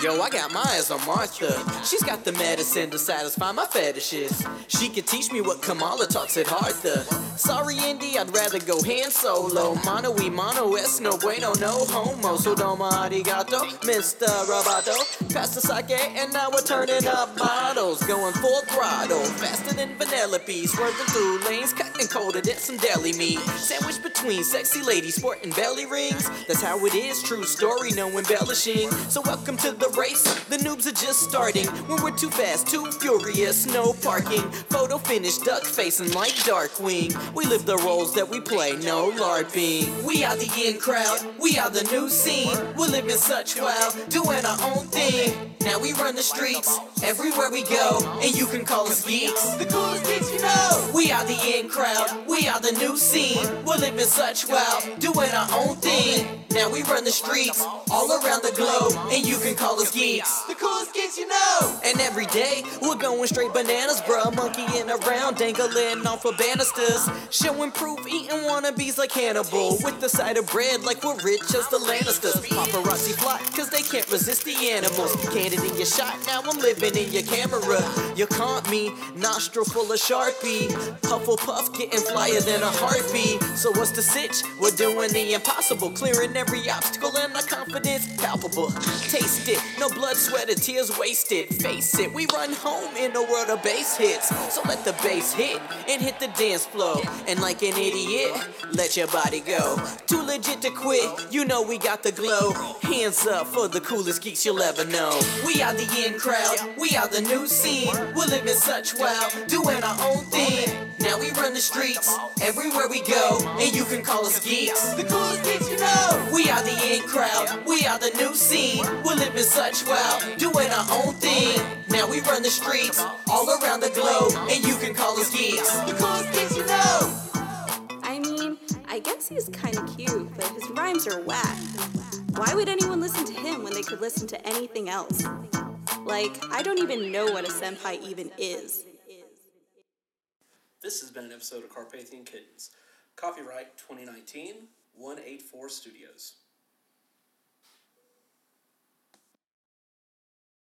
H: Yo, I got my eyes on Martha. She's got the medicine to satisfy my fetishes. She could teach me what Kamala taught at Hartha. Sorry, Indy, I'd rather go hand solo. Mono y mono es no bueno, no homo. So domo arigato, Mr. Roboto. Pass the sake, and now we're turning up bottles. Going full throttle, faster than Vanellope. Swerving through lanes, cutting colder than some deli meat. Sandwiched between sexy ladies sporting belly rings. That's how it is, true story, no embellishing. So welcome to the race. The noobs are just starting. When we're too fast, too furious, no parking. Photo finish, duck facing like Darkwing. We live the roles that we play, no LARPing. We are the in crowd, we are the new scene. We're living such wild, doing our own thing. gang. Now we run the streets everywhere we go, and you can call us geeks. The coolest geeks you know. We are the in crowd. We are the new scene. We're living such wild, doing our own thing. Now we run the streets all around the globe, and you can call us geeks. The coolest geeks you know. And every day we're going straight bananas, bruh. Monkeying around, dangling off of banisters, showing proof, eating wannabes like Hannibal, with the side of bread like we're rich as the Lannisters. Paparazzi flock, cause they can't resist the animals. Candid in your shot, now I'm living in your camera. You caught me, nostril full of Sharpie. Puffle puff, getting flyer than a heartbeat. So what's the sitch? We're doing the impossible, clearing every obstacle and our confidence palpable. Taste it, no blood, sweat, or tears wasted. Face it, we run home in a world of bass hits. So let the bass hit and hit the dance floor. And like an idiot, let your body go. Too legit to quit, you know we got the glow. Hands up for the coolest geeks you'll ever know. We are the in crowd, we are the new scene. We're living such wild, doing our own thing. Now we run the streets everywhere we go, and you can call us geeks. The coolest geeks you know. We are the in crowd, we are the new scene. We're living such wild, doing our own thing. Now we run the streets all around the globe, and you can call us geeks. The coolest geeks you know.
G: I mean, I guess he's kind of cute, but his rhymes are whack. Why would anyone listen to him when they could listen to anything else? Like, I don't even know what a senpai even is.
I: This has been an episode of Carpathian Kittens. Copyright 2019, 184 Studios.